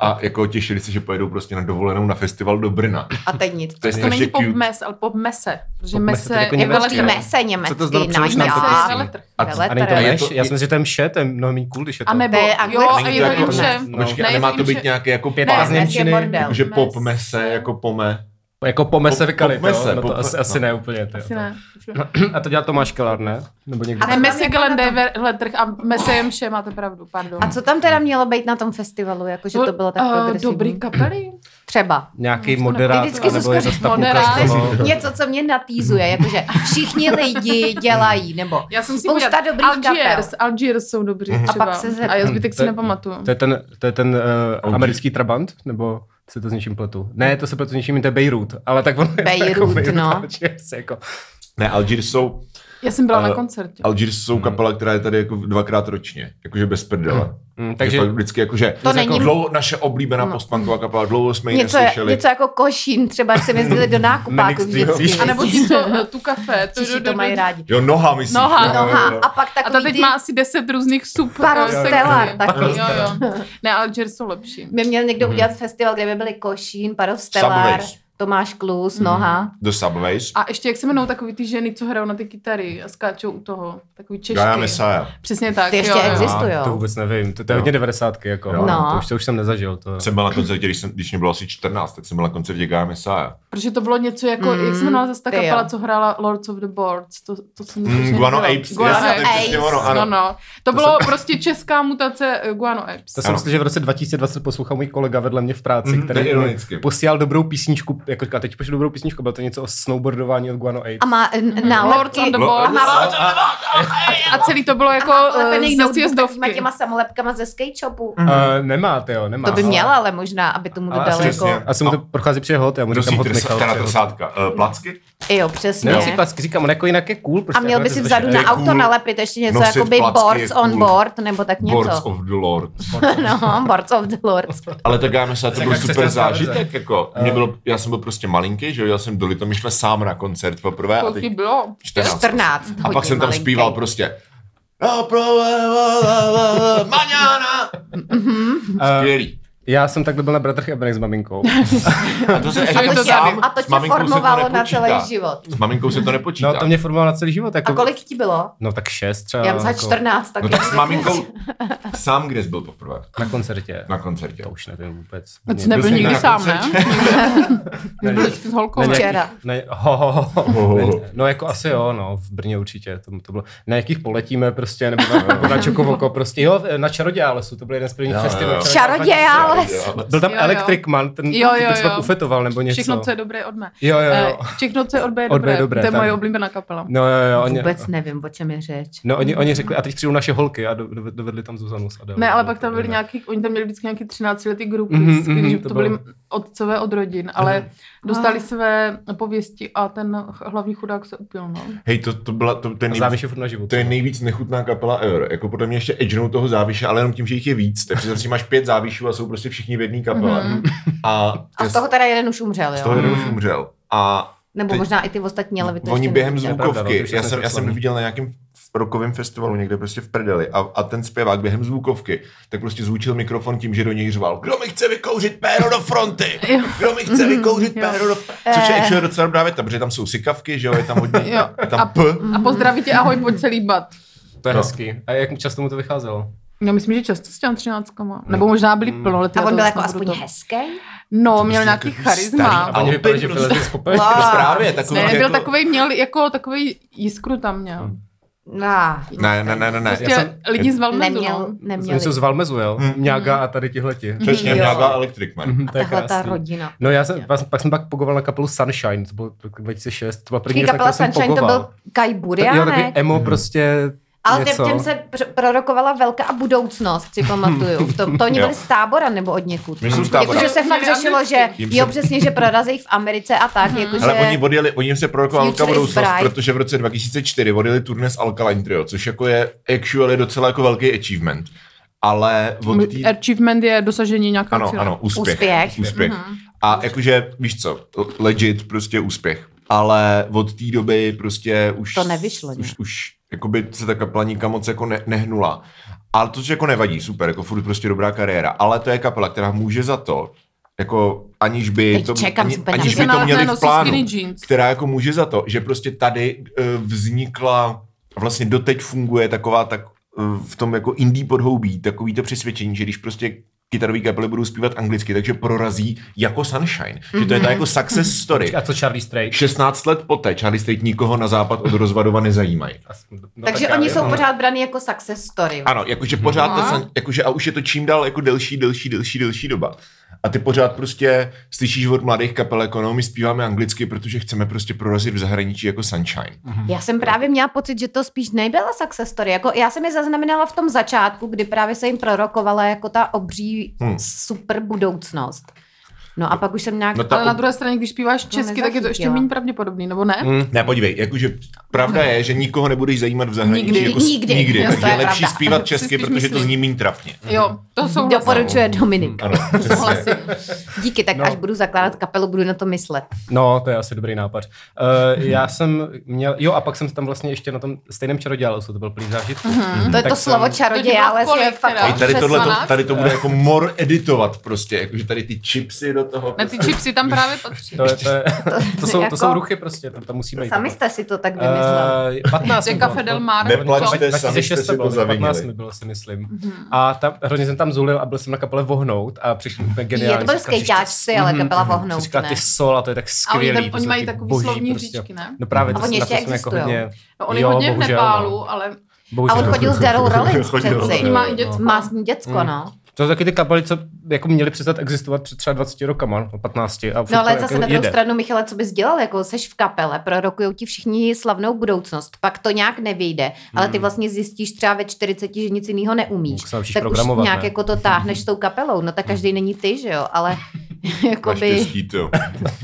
a jako těšili se, že pojedou prostě na dovolenou na festival do Brna. A teď nic. To je To není strašně pop cute. mes, ale pop mese. Protože Pop mese, mese to je jako je německý, veletrh. ne? Mese německý, Co to znamená? Přelož nám to, najmňa. Mese je prosím. veletrh. Veletrh. a není to A je meš? to- Já si myslím, že to je mše, to je mnohem méně cool, když je to. A nebo, To je jako jo, a anglické. je to Není to jimše. No, Počkej, a Ne, nemá to jimše- být nějaké jako Pět pás, z Ne, Němčiny. mese je bordel. že Mes. pop mese, jako pome. Jako pomese Pop- vykali, pop mese, no pop- to asi, asi no. ne úplně. To, Asi ne. už ne. A to dělá Tomáš Kelar, ne? Nebo někdo? A Ne, co Messi tam je Gelende je tam? veletrh a Messi je mše, máte pravdu, pardon. A co tam teda mělo být na tom festivalu? Jakože to bylo tak Eh, progresivní. Dobrý kapely. Třeba. Nějaký Ty moderát, vždycky nebo je Zuzka zase ta moderát. půlka, no. Něco, co mě natýzuje, jakože všichni lidi dělají, nebo Já jsem si spousta podívala- dobrých kapel. Algiers, Algiers jsou dobří Mhm. třeba. A pak se ze- a já zbytek To si je- nepamatuju. To je ten, to je ten uh, OG. americký Trabant, nebo se to s něčím pletu? Ne, to se pletu s něčím, to je Beirut, ale tak ono je to jako Beirut, no. [LAUGHS] Algiers, jako. Ne, Algiers jsou, Já jsem byla Eh, na koncertě. Algiers jsou kapela, která je tady jako dvakrát ročně, jakože bez prdele. Mm, takže Hmm. Takže fakt vždycky jakože To není- No. dlouho, naše oblíbená postpunková kapela, dlouho jsme ji Něco, neslyšeli. něco jako košín, třeba se mi jezdili do nákupáku Manic Street vždycky. Beach. A nebo ti to, [LAUGHS] eh, tu kafe. Češi to mají rádi. Jo, noha, myslíš. Noha. jo, jo, Noha. jo. A pak A ta takový teď ty, má asi 10 různých sub. Parostellar eh, taky. sekcí. Jo, jo. Ne, Algiers jsou lepší. by měl někdo udělat festival, kde by byly košín, parovstelár, Subways. Tomáš Klus, noha. The Subways. A ještě jak se jmenou takový ty ženy, co hrajou na ty kytary a skáčou u toho. Takový češky. Gaja Messiah. Přesně tak. Ty ještě jo, jo. existují. A jo. To vůbec nevím, to, to je Jo. hodně devadesátky, jako. Jo. No. To, už, to už jsem nezažil. To... Jsem byl na koncertě, když, jsem, když mě bylo asi 14, tak jsem byl na koncertě Gaja Messiah. Protože to bylo něco jako, Mm, mm, jak se jmenovala zase ta ty jo. kapela, co hrála Lords of the Boards, to, to jsem Mm, strašně Guano líbila. Apes, Guano jasně, to je Apes. přesně ono, ano. No, no. To, bylo prostě česká mutace eh, Guano Apes. To To jsem Ano. myslím, že v roce 2020 poslouchal můj kolega vedle mě v práci, Mhm, to je který mi ironicky. posílal dobrou písničku, jako říká, teď pošlu dobrou písničku, bylo to něco o snowboardování od Guano 8. A má eh, Lords nálepky. Mhm. on the Lo- Boards. A má- A celý to bylo jako Jako eh, lepený ze notebook sjezdovky. takovýma těma samolepkama ze skate shopu. Uh, nemá, ty jo, nemá. To by ale- měla, ale možná, aby tomu Ale dodal asi jako... přesně. A se mu to prochází při hod, já mu Do říkám hod Michal. teda při hod. trsátka. Eh, Placky? Jo, přesně. Ne, si placky říkám, on jako jinak je cool. Prostě A měl jako by to si zveš- vzadu je na cool. auto nalepit ještě něco Nosit jako by placky je boards on cool. board, nebo tak Boards něco. of the Lord. [LAUGHS] No, boards of the lords. Ale tak já myslím, že to byl Jaká super křesťanská zážitek. Jako, mě bylo, já jsem byl prostě malinký, že jo, jel jsem do Litomyšle sám na koncert poprvé. A, teď Kolik bylo? 14. 14 prostě. a pak hodin jsem tam malinký. zpíval prostě No, pro, maňána. Mhm. Skvělý. Já jsem takhle byl na bratrch Ebenek s [LAUGHS] maminkou. Eh, A to se to ještě je to sám, A to s tě maminkou se to formovalo na celý nepočítá. život. S maminkou se to nepočítá. No to mě formoval na celý život. Jako... A kolik ti bylo? No tak šest třeba. Já myslela jako 14, tak No tak s maminkou [LAUGHS] sám, kde jsi byl poprvé? Na koncertě. Na koncertě. To už nevím vůbec. A ty nebyl Byl jsi nikdy na sám, ne? koncertě? Ne, Byl jsi s holkou, ne, ne? nějakých- Včera. Ne, ho, ho, ho, ho, ho. ho. Ne, no jako asi jo, no, v Brně určitě, to, to bylo, na jakých poletíme prostě, nebo [LAUGHS] na, nebo na Čokovoko prostě, jo, na Čarodějálesu, to byl jeden z prvních Jo, jo, jo. festivalů. který- Čarodějáles. Byl tam Jo, jo, jo. Electric Man, ten Jo, jo, typ se pak jo. ufetoval nebo něco. Všechno, co je dobré, od mne. Jo, jo, Eh, jo. Všechno, co je od B, je Od B je dobré. dobré, To je tak. moje oblíbená kapela. No jo, jo, oni, Vůbec nevím, o čem je řeč. no, oni, oni řekli, a teď přijdou naše holky a do- do- dovedli tam Zuzanu s Adelou. Ne, ale No, pak tam to byli ne. nějaký, oni tam měli vždycky nějaký 13 letý grupy, Mhm, mm-hmm, mhm, mm, to to byli bylo. Mhm. otcové od rodin, ale dostali své pověsti a ten ch- hlavní chudák se upil, no. Hej, to, to byla to, ten A záviš je furt na život. To je nejvíc nechutná kapela ever. Jako podle mě ještě edgenou toho záviše, ale jenom tím, že jich je víc. Takže zase máš pět závišů a jsou prostě všichni v jedné kapele. Mhm. A, A z toho teda jeden už umřel, z toho jo? jeden už umřel. A Nebo teď- možná i ty ostatní, ale vy to Oni ještě během nevíte. zvuku- pravda, no, zvukovky, to už já, jsem jsem, já jsem slavný. viděl na nějakém rokovém festivalu někde prostě v prdeli a, a ten zpěvák během zvukovky, tak prostě zvučil mikrofon tím, že do něj řval, kdo mi chce vykouřit péro do fronty, kdo mi chce vykouřit [LAUGHS] Jo. Eh. péro do fronty, což je ještě docela dobrá věta, protože tam jsou sykavky, že jo, je tam hodně, [LAUGHS] Jo. je tam A- p, Jako Mhm. A pozdraví tě, ahoj, pojď se líbat. To je No. hezký. A jak často mu to vycházelo? No myslím, že často s těm třináctkama. Nebo možná byli Mm. plnoletí. A já to on byl zase jako nebudu aspoň to- hezký? No, To měl prostě nějaký takový charisma. starý A oni Alpy vypadali, že prostě. vylezli z [LAUGHS] popelky. Wow. No právě, takový Ne, byl jako... takový, měl jako takový jiskru tam měl. Hmm. No, Ne, ne, ne, ne, ne. Prostě Já jsem- lidi z Valmezu, neměl, no. neměl. Oni jsou z Valmezu, jo? Mhm. Mňága a tady tihleti. Přesně, Jo. nějaká elektrik, man. Mhm, A to je tahle ta krásný. rodina. No já jsem, pak, pak jsem pak pogoval na kapelu Sunshine, to bylo rok 2006, to byla první Taky věc, na kapela kterou jsem Sunshine to pogoval. byl Kai Tak, jo, takový Burianek. emo prostě Ale těm, něco. těm se pr- prorokovala velká a budoucnost, si [LAUGHS] pamatuju. V tom, to oni Jo. byli z tábora nebo od někud. My jsme z Jako, tábora. Jakože se fakt Měli řešilo, že anglicky. Jim jo, se- přesně, že prorazí v Americe a Hmm. tak, jakože... Ale oni no, odjeli, oni jim se jako prorokovala velká Future is budoucnost, bright. protože v roce 2004 odjeli turné s Alkaline Trio, což jako je actually docela jako velký achievement. Ale od tý... Achievement je dosažení nějakého Ano, cíle. ano, úspěch. Úspěch. Mhm. úspěch. A jakože, víš co, legit prostě úspěch. Ale od té doby prostě už... To nevyšlo, ne? Už, už jakoby se ta kapela nikam moc jako ne, nehnula. Ale to, že jako nevadí, super, jako furt prostě dobrá kariéra. Ale to je kapela, která může za to, jako aniž by Teď to, čekám ani, s penězi. aniž Že se by to nalekne měli v nosí plánu skinny jeans. která jako může za to, že prostě tady eh, vznikla, vlastně doteď funguje taková tak eh, v tom jako indie podhoubí, takový to přesvědčení, že když prostě kytarový kapely budou zpívat anglicky, takže prorazí jako Sunshine. Že to je ta jako success story. A co Charlie Strait? 16 let poté Charlie State nikoho na západ od rozvadova nezajímají. As- no, Takže tak já oni vím, jsou no. pořád brany jako success story. Ano, jakože pořád, ta, Aha. san- jakože a už je to čím dál jako delší, delší, delší, delší doba. A ty pořád prostě slyšíš od mladých kapel, jako no, my zpíváme anglicky, protože chceme prostě prorazit v zahraničí jako Sunshine. Já jsem právě měla pocit, že to spíš nebyla success story. Jako, já jsem je zaznamenala v tom začátku, kdy právě se jim prorokovala jako ta obří Hmm. hmm. super budoucnost. No a pak už jsem nějak... No No ta- Ale na druhé straně, když zpíváš česky, tak je to ještě nezachytila. méně pravděpodobný, nebo ne? Mm. Ne, podívej, jakože pravda je, že nikoho nebudeš zajímat v zahraničí. Nikdy. Jako s- Nikdy. nikdy. Jo, takže to je je lepší pravda. [LAUGHS] zpívat Si česky, spíš protože to myslím. zní méně trapně. Jo, to jsou Doporučuje Dominik. Ano, Souhlasím. Díky, tak No. no. až budu zakládat kapelu, budu na to myslet. No, to je asi dobrý nápad. Uh, já jsem měl, jo, a pak jsem tam vlastně ještě na tom stejném čarodějal, to byl plný zážitku. Mm-hmm. To je to slovo To ti čaroděj, bylo ale kolik je fakt teda? Tady, tady, přes tohle, to, 16? tady to bude jako mor editovat prostě, jakože tady ty chipsy do toho. Na Prostě. ty chipsy tam právě patří. To, je, to, je, [LAUGHS] to, jsou, to jako- jsou ruchy prostě, tam, tam musíme jít. Sami jste si to tak vymysleli. Uh, 15. Že Café Del Mar. Neplač, to- to je sami jste 2006 si to to bylo, nebo 15 mi zavinili. bylo, si myslím. Mhm. Mhm. A tam, hrozně jsem tam zulil a byl jsem na kapele Vohnout a přišli úplně geniální. Je, to byli skejťáčci, ale kapela Jsem Vohnout, říkal, ne? mhm, ty sola, to je tak skvělý. to tam- oni jsou mají ty takový boží slovní prostě. hříčky, ne? No právě A to, oni na to ještě jsem jako existujou. hodně... No, on je Jo, hodně v bohužel, no. Nepálu, ale A Bohužel. jako on chodil s Darou Rollins Chodil, přeci. chodil. má i děcko. Másní děcko, Mm. no. To jsou taky ty kapely, co jako měly přestat existovat před třeba 20 rokama, no, 15. A furt No ale to zase jako na druhou jede. stranu, Michale, co bys dělal, jako seš v kapele, prorokujou ti všichni slavnou budoucnost, pak to nějak nevyjde, ale ty vlastně zjistíš třeba ve 40, že nic jiného neumíš. Tak Mm. se naučíš tak už programovat, nějak ne? Mm. jako to táhneš s tou kapelou, no tak každý není ty, že jo, ale Máš jakoby... štěstí, to.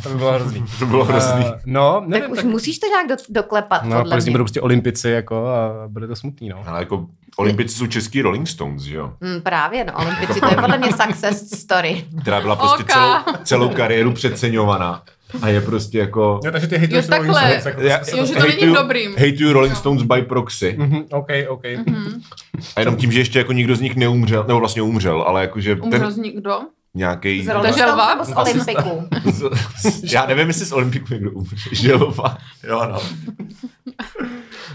To by bylo hrozný. [LAUGHS] To bylo hrozný. Eh, no, Tak nevím, už musíš to nějak do, doklepat, No, podle Plzni mě. budou prostě olympici, jako, a bude to smutný, no. Ale jako olympici jsou český Rolling Stones, že jo? Mm, právě, no, olympici, to je podle mě success story. Která byla prostě Oka. celou, celou kariéru přeceňovaná. A je prostě jako... Jo, takže ty hejtuješ Jo, takhle. Rolling Stones, jako Já- se- se Jo, to že stane. není hejtuju- dobrým. Hejtuju Rolling Stones by proxy. Mhm, OK, OK. A jenom tím, že ještě jako nikdo z nich neumřel, nebo vlastně umřel, ale jakože umřel ten z nikdo. nějaký... Z Rolling želva? Stones nebo z Asi- Olympiku. [LAUGHS] Já nevím, jestli z Olympiku někdo umře. [LAUGHS] Želova. Jo, no.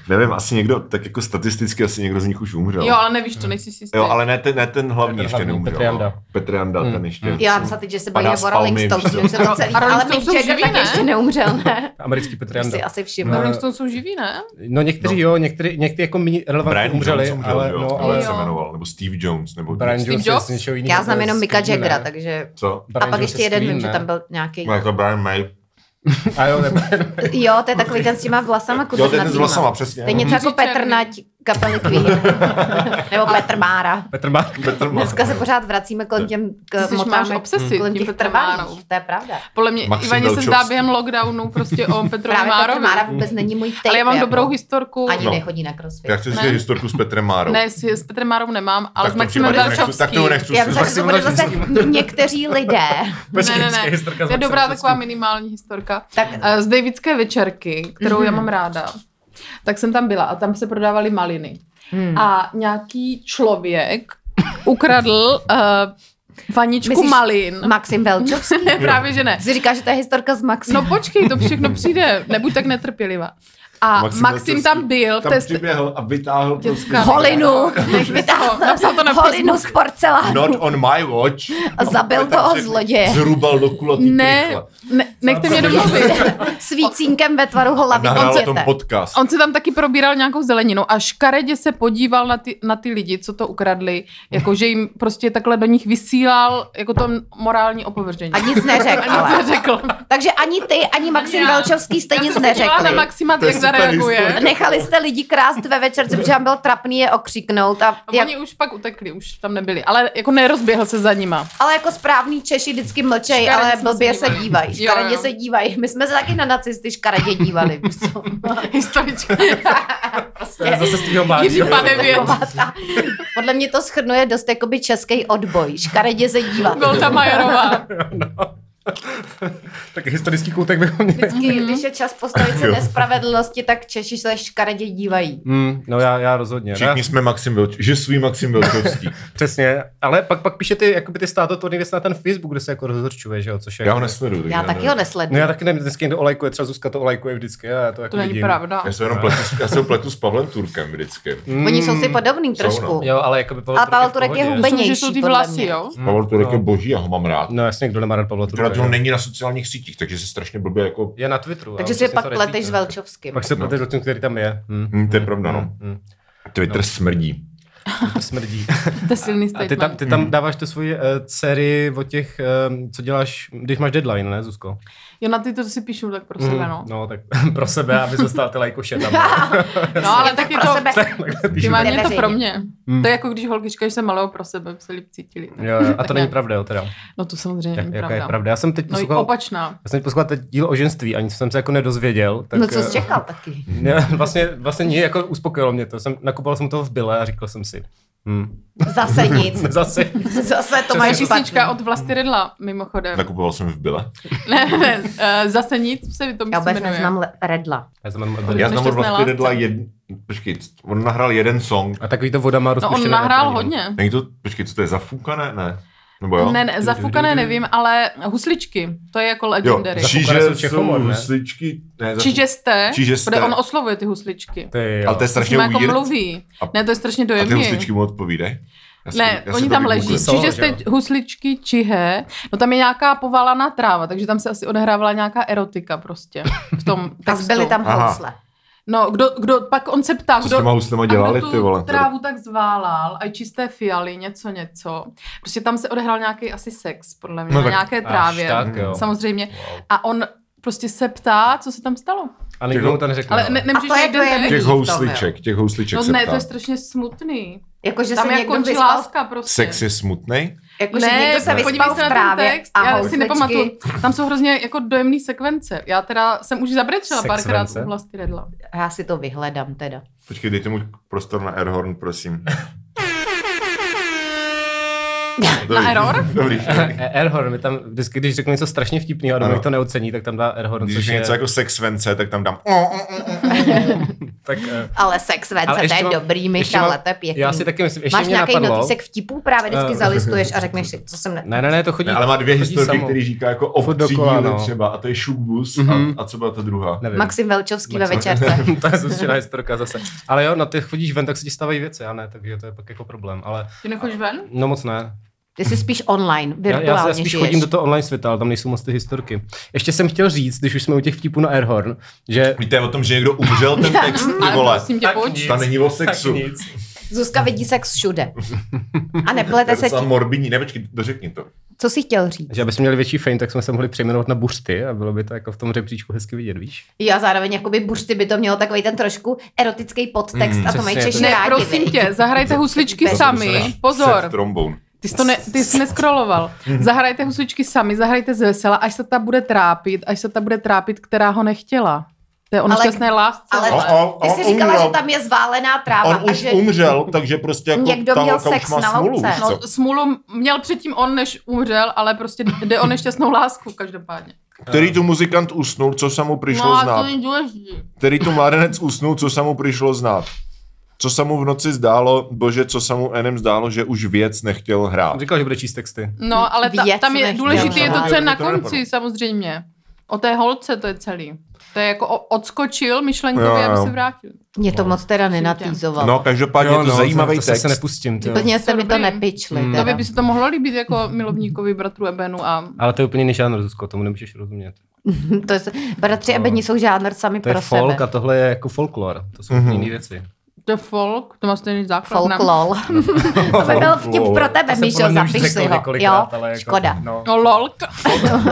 nevím, asi někdo, tak jako statisticky asi někdo z nich už umřel. Jo, ale nevíš to, nejsi si jistý. jo ale ne ten, ne ten hlavní Ten ještě hlavní, neumřel. Petr Janda. Hmm, no. Petr Janda, ten ještě. Já mám myslela teď, že se Padá bavíme z o Rolling palmy, Stones, že se A- to celý, [LAUGHS] a Rolling ale Stones Mick jsou Jagger živý, tak ne? ještě neumřel, ne? Americký Petr Už Janda. si asi všiml. No. Rolling Stones jsou živý, ne? No někteří jo, někteří, někteří jako méně relevantní Brian umřeli, Jones umřel, ale, jo, no, ale ale se Jo. jmenoval, nebo Steve Jones, nebo Brian Steve Jones je Jobs? z něčeho jiného. Já to znám je jenom z Micka Queenu, no, ne? Jaggera, takže... co? A Brian pak Jones ještě je z jeden Queenu, vím, že ne? tam byl nějaký. No, jako Brian May. A jo, ne, Jo, to je takový ten s těma vlasama Jo, ten s kudrnatýma. vlasama, přesně. To je něco jako Jiří Černý. Petr Nať, kapely Queen. Nebo Petr Mára. Petr [LAUGHS] Mák. [LAUGHS] Petr [LAUGHS] Má. Dneska se pořád vracíme kolem těm k, Ty jsi- máš motáme, obsesi kolem tím těch Petrem trvalých. Márou. To je pravda. Podle mě Maxim Ivaně se zdá Belčovský. během lockdownu [LAUGHS] prostě o Petrovi Právě Petr Márovi. Mára vůbec není můj typ. Ale já mám jako. dobrou historku. Ani No. nechodí na crossfit. Já chci říct Ne. historku s Petrem Márou. Ne, s, s Petrem Márou nemám, ale Tak s to Maximem určitě nechci- Belčovským. Tak to nechci Já myslím, že to Maxim bude zase Belčovský. [LAUGHS] někteří lidé. Počkej, ne, počkej, ne, historka ne. s To je Maxem dobrá taková Belčovským. minimální historka. Tak No. Eh, Z Davidské večerky, kterou já mám ráda, tak jsem tam byla a tam se prodávaly maliny. hmm. A nějaký člověk ukradl uh, vaničku Myslíš- malin. eh, Maxim Belčovský. [LAUGHS] Ne, No, právě že ne. Ty říkáš, že to je historka z Maxim. No počkej, to všechno přijde, nebuď tak netrpělivá. A Maxim Maxim, Maxim tam byl, Tam test... přiběhl a vytáhl prostě... Děcka. Holinu. Nech vytáhl. No, Napsal to na písmu. Holinu z porcelánu Not on my watch. a zabil [LAUGHS] Tam se toho zloděje. Zrubal do kulatý Ne, krychle. ne, nechte mě domluvit. S vícínkem ve tvaru A hlavy nahrál o tom dítěte. podcast. On se tam taky probíral nějakou zeleninu a škaredě se podíval na ty, na ty lidi, co to ukradli, jako že jim prostě takhle do nich vysílal jako to morální opovržení. A nic neřekl, ale. neřekl. Takže ani ty, ani Maxim Ani já. Velčovský jste nic Já na neřekli. Maxima, To je jak super zareaguje. historie. Nechali jste lidi krást ve večerce, protože tam byl trapný je okřiknout. A A jak, oni už pak utekli, už tam nebyli, ale jako nerozběhl se [LAUGHS] za nima. ale jako správný Češi vždycky mlčej, Škaredě ale jsme se blbě se dívali. dívají. Jo, Škaredě jo. se dívají. My jsme se taky na nacisty škaredě dívali. víš [LAUGHS] co? Prostě Historička. To je zase z tvýho mládí. Jiří [LAUGHS] Padevět, Taková ta- Podle mě to schrnuje dost jakoby český odboj. Škaredě se dívat. Golda Majerová. Tak historický koutek bychom měli. Vždycky, Mhm. když je čas postavit se Jo. nespravedlnosti, tak Češi se škaredě dívají. Mm, no já, já rozhodně. Já, Všichni jsme Maxim Vilč, že svůj Maxim [LAUGHS] Vilčovský. přesně. Ale pak, pak píše ty, jakoby ty státotvorný věc na ten Facebook, kde se jako rozhorčuje, že jo, což je... Já ho jako- nesleduju. takže Já nevím. taky ho No nesleduju. já taky nevím, vždycky někdo olajkuje, třeba Zuzka to olajkuje vždycky, a já to jako To není vidím. pravda. Já se jenom pletu, s- já se ho pletu s Pavlem Turkem vždycky. Mm, Oni jsou si podobný Jsou, no. trošku. Jo, ale jako by Ale Pavel Turek je hubený. Myslím, že jsou ty Podle vlasy, mě. jo? Pavel Turek je boží, já ho mám rád. No jasně, kdo nemá rád Pavla Akorát Turka. to jo. není na sociálních sítích, takže se strašně blbě jako... Je na Twitteru. Takže ale si je přesně pak to pleteš retweetuje. s Velčovským. Pak se No. pleteš do tím, který tam je. Hm. Hm, to je pravda, no. Hm. Twitter smrdí. [LAUGHS] To smrdí. To je silný A ty tam, statement. ty Mm. tam dáváš tu svoji uh, sérii o těch, uh, co děláš, když máš deadline, ne Zuzko? Jo, na ty to si píšu tak pro sebe, [LAUGHS] no. No tak pro sebe, aby zůstal ty lajkoše [LAUGHS] tam. No, ale tak taky pro to... sebe. Ty má mě to Neveřejně. pro mě. To je jako když holky říkají, že jsem malého pro sebe, se líp cítili. Tak- [LAUGHS] Jo, jo, a tak to není ne. pravda, jo, teda. No to samozřejmě Jak, není jaká je pravda. pravda? Já jsem teď No i poslouchal, opačná. já jsem teď poslouchal teď díl o ženství, ani jsem se jako nedozvěděl. Tak, No co eh, jsi čekal taky? Ne, vlastně, vlastně ní jako uspokojilo mě to. Jsem, nakupoval jsem toho v Bile a říkal jsem si, hm, [LAUGHS] Zase nic. zase. Zase to Přesně mají Je písnička špatný. od Vlasty Rydla, mimochodem. Nakupoval jsem v Bile. Ne, ne, eh, zase nic se to Já myslím vůbec jmenuje. neznám le- Redla. Já jsem No, jenom- Já znám od Nešťastné vlastně Redla lásce. jeden... Počkej, on nahrál jeden song. A takový to voda má No on rozpuštěné nahrál elektronium. hodně. Není to... Počkej, co to je? Zafukané? Ne. Nebo jo? Ne, ne, zafukané nevím, ale husličky, to je jako Jo, legendary. Zafukané čiže jsou jsou Čechomor, ne? husličky... Ne, zafu- Čiže jste, Čiže jste. protože on oslovuje ty husličky. To je, jo. Ale to je To s strašně nimi jako weird. mluví. A- Ne, to je strašně A ty dojemný. husličky mu odpovídají? Já si- Ne, já si oni to tam vygooglím. leží. Jsou, Čiže že jste jo? husličky čihé. No tam je nějaká povalaná tráva, takže tam se asi odehrávala nějaká erotika prostě v tom A textu. zbyly tam Aha. housle. No, kdo, kdo, pak on se ptá, Co s kdo, těma huslema a kdo dělali, tu ty vole? trávu tak zválal, a čisté fialy, něco, něco. Prostě tam se odehrál nějaký asi sex, podle mě, No no, na tak nějaké až trávě. tak, Mhm. jo. Samozřejmě. Wow. A on prostě se ptá, co se tam stalo. A nikdo mu to neřekl. no. Ale ne, nemůžeš A to je najít jako detaily. je- Těch v tom, jo. housliček, těch housliček No se ne, to ptám. je strašně smutný. Jakože se Tam jak někdo končí vyspal, láska prostě. Sex je smutný? jakože jako, někdo se podívej vyspal v se na ten trávě text, a já si nepamatuju. housličky. Tam jsou hrozně jako dojemný sekvence. Já teda jsem už zabrečela Sekvence? párkrát u vlasti Redla. Já si to vyhledám teda. Počkej, dejte mu prostor na Airhorn, prosím. Dobrý. [LAUGHS] Na error? [LAUGHS] Dobrý. Erhor, my tam vždycky, když řeknu něco strašně vtipného a Ano. Dominik to neocení, tak tam dá Erhor, Když což je je... něco jako sexvence, tak tam dám... Tak, eh, Ale sex Ale vence, to ještě je mám- dobrý, ještě Michale, mám- to je pěkný. já si taky myslím, ještě Máš mě nějaký napadlo... notísek vtipů, právě vždycky Eh. zalistuješ [LAUGHS] a řekneš si, co jsem ne... Ne, ne, ne, to chodí... Ne, ale má dvě chodí historky, samo. které říká jako o Furt tří dokola, díly no. třeba, a to je Šukbus, Mhm. a, a co byla ta druhá? Nevím. Maxim Velčovský ve Maxim- večerce. [LAUGHS] to je zrušená historka zase. Ale jo, no ty chodíš ven, tak se ti stávají věci, já ne, takže to je pak jako problém, ale Ty nechodíš ven? no moc ne. Ty jsi spíš online, Já, virtuálně já, já spíš žiješ. chodím do toho online světa, ale tam nejsou moc ty historky. Ještě jsem chtěl říct, když už jsme u těch vtipů na Airhorn, že Víte o tom, že někdo umřel ten text, ty [LAUGHS] Ale vole. prosím tě, Tak pojď. nic. Ta není o sexu. Zuzka vidí sex [LAUGHS] všude. A To je neplete se docela ti. morbidní. Ne, počkej, dořekni to. Co jsi chtěl říct? Že abychom měli větší fame, tak jsme se mohli přejmenovat na buřty a bylo by to jako v tom řebříčku hezky vidět, víš? Já zároveň jakoby bursty by to mělo takový ten trošku erotický podtext Mm, a to mají přesně, Češi to Ne, rádi. prosím viď? tě, zahrajte husličky Prosím, sami. Pozor. Sex trombone. Ty jsi, to ne, ty jsi neskroloval. Mhm. Zahrajte husličky sami, zahrajte z vesela, až se ta bude trápit, až se ta bude trápit, která ho nechtěla. To je o Ale- nešťastné lásce. Ale On- on- ty jsi on říkala, umřel. že tam je zválená tráva On a už že umřel, takže prostě jako Někdo ta měl holka už sex má na smůlu. louce. víš co? No, smůlu měl předtím on, než umřel, ale prostě jde o nešťastnou lásku každopádně. Který tu muzikant usnul, co se mu přišlo no, znát? to není důležité. Který tu mládenec usnul, co se mu přišlo znát? Co se mu v noci zdálo, bože, co se mu Enem zdálo, že už věc nechtěl hrát. Říkal, že bude číst texty. No, ale ta, Věc tam je nechtěl. důležité je to, co je na To nenapadlo. konci, samozřejmě. O té holce to je celý. To je jako o- odskočil myšlenkově, Jo, jo. aby se vrátil. Mě to moc teda nenatýzovalo. No, každopádně jo, je to no, zajímavý to text. se nepustím. Ty. jo. Úplně jste To mi No, to dobrý. nepičli. Mm. Mm. To by, by se to mohlo líbit jako milovníkovi bratru Ebenu a Ale to je úplně jiný žánr, Zuzko, tomu nemůžeš rozumět. to je, bratři a bední jsou žánr sami Hmm. To je pro folk sebe. a tohle je jako folklor. To jsou Mhm. mm-hmm. jiné věci. to je folk, to má stejný základ. Folk Na... lol. [LAUGHS] to by byl vtip pro To tebe, jsem podle Míšo, mě už zapiš řekl si ho. Jo, několikrát, ale jako- škoda. [LAUGHS] No, No, lolk.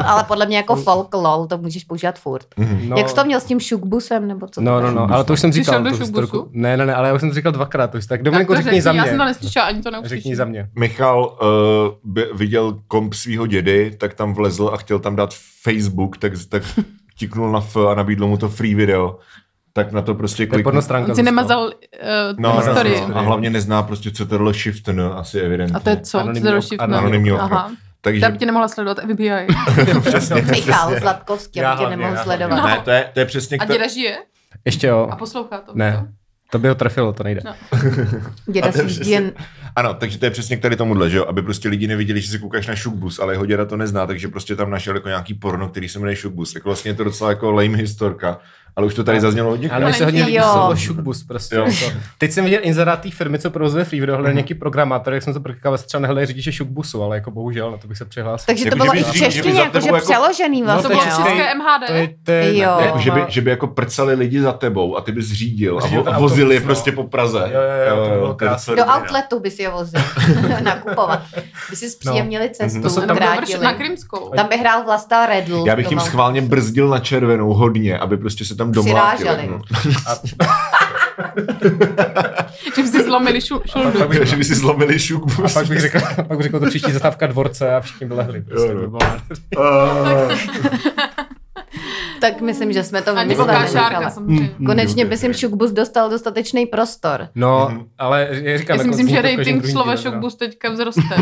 ale podle mě jako folk lol, to můžeš používat furt. no, No. Jak jsi to měl s tím šukbusem, nebo co? to No, bylo? no, no, ale to už jsem Přišel říkal. do tu šubusu? historku. Ne, ne, ne, ale já už jsem to říkal dvakrát. To už tak. Dominiko, Tak to řekni za mě. Já jsem to neslyšela, ani to neuslyším. Řekni za mě. Michal uh, by, viděl komp svého dědy, tak tam vlezl a chtěl tam dát Facebook, tak, tak [LAUGHS] tiknul na F a nabídlo mu to free video. Tak na to prostě To je kliknul. pornostránka. On si Zuzko. nemazal uh, No, no, historii. no, no, a hlavně nezná prostě, co tohle shift, no, asi evidentně. A to je co? Co to je Anonymní další? ok- anonymní anonymní okno. Aha. Takže Tam tě nemohla sledovat [LAUGHS] FBI. [LAUGHS] no. [LAUGHS] přesně. Michal Zlatkovský, Já aby tě hlavně, já No. nemohl hlavně. sledovat. Ne, to je, to je přesně... No. A to- děda žije? [LAUGHS] Ještě jo. A poslouchá to? Ne, to by ho trefilo, to nejde. No. Děda [LAUGHS] A to je si přesně- jen... Ano, takže to je přesně k tady tomuhle, že jo? Aby prostě lidi neviděli, že se koukáš na šukbus, ale jeho děda to nezná, takže prostě tam našel jako nějaký porno, který se jmenuje šukbus. Jako vlastně je to docela jako lame historka, ale už to tady zaznělo hodně. Ale Ale... mně se hodně Jo. líbí slovo šukbus prostě. Jo. Jako. Teď jsem viděl inzerát té firmy, co provozuje Freewheel, hledal nějaký programátor, jak jsem to proklikal, vlastně třeba nehledají řidiče šukbusu, ale jako bohužel, na to bych se přihlásil. Takže to Jako, že bylo by i v říct, že by za češtině, jakože tebou jako- přeložený No, To vlastně. bylo je jo. český- české MHD? to je, to je, Jo. Jako, že, by, že by jako prcali lidi za tebou a ty bys řídil a, Řídil vo, ten a vozil je autobus, no. prostě po Praze. Jo, jo, jo, to bylo to je docela krásné. Do dobrý, no. outletu by si je vozil [LAUGHS] nakupovat. By si zpříjemnili cestu, To jsou no. tam- Dobrš, na krátili. Krymskou. Tam by hrál Vlasta Redl. Já bych to jim mám- schválně brzdil na červenou hodně, aby prostě se tam domlátili. Přiráželi. No. Že by si zlomili šu, šuldu. Pak bych, Že by si zlomili šukbus. a pak bych [LAUGHS] řekl, pak bych řekl to příští zastávka dvorce a všichni by lehli. Prostě, Jo, no. to bylo Eh, Tak myslím, že jsme to Ani vymysleli. Lukáš Šárka Hmm. Michala. samozřejmě. Konečně Mm, by si Šukbus dostal dostatečný prostor. No, ale jak říkám, Já si jako myslím, zní to že v každém rating druhém slova díle, no. šokbus teďka [LAUGHS] vzroste.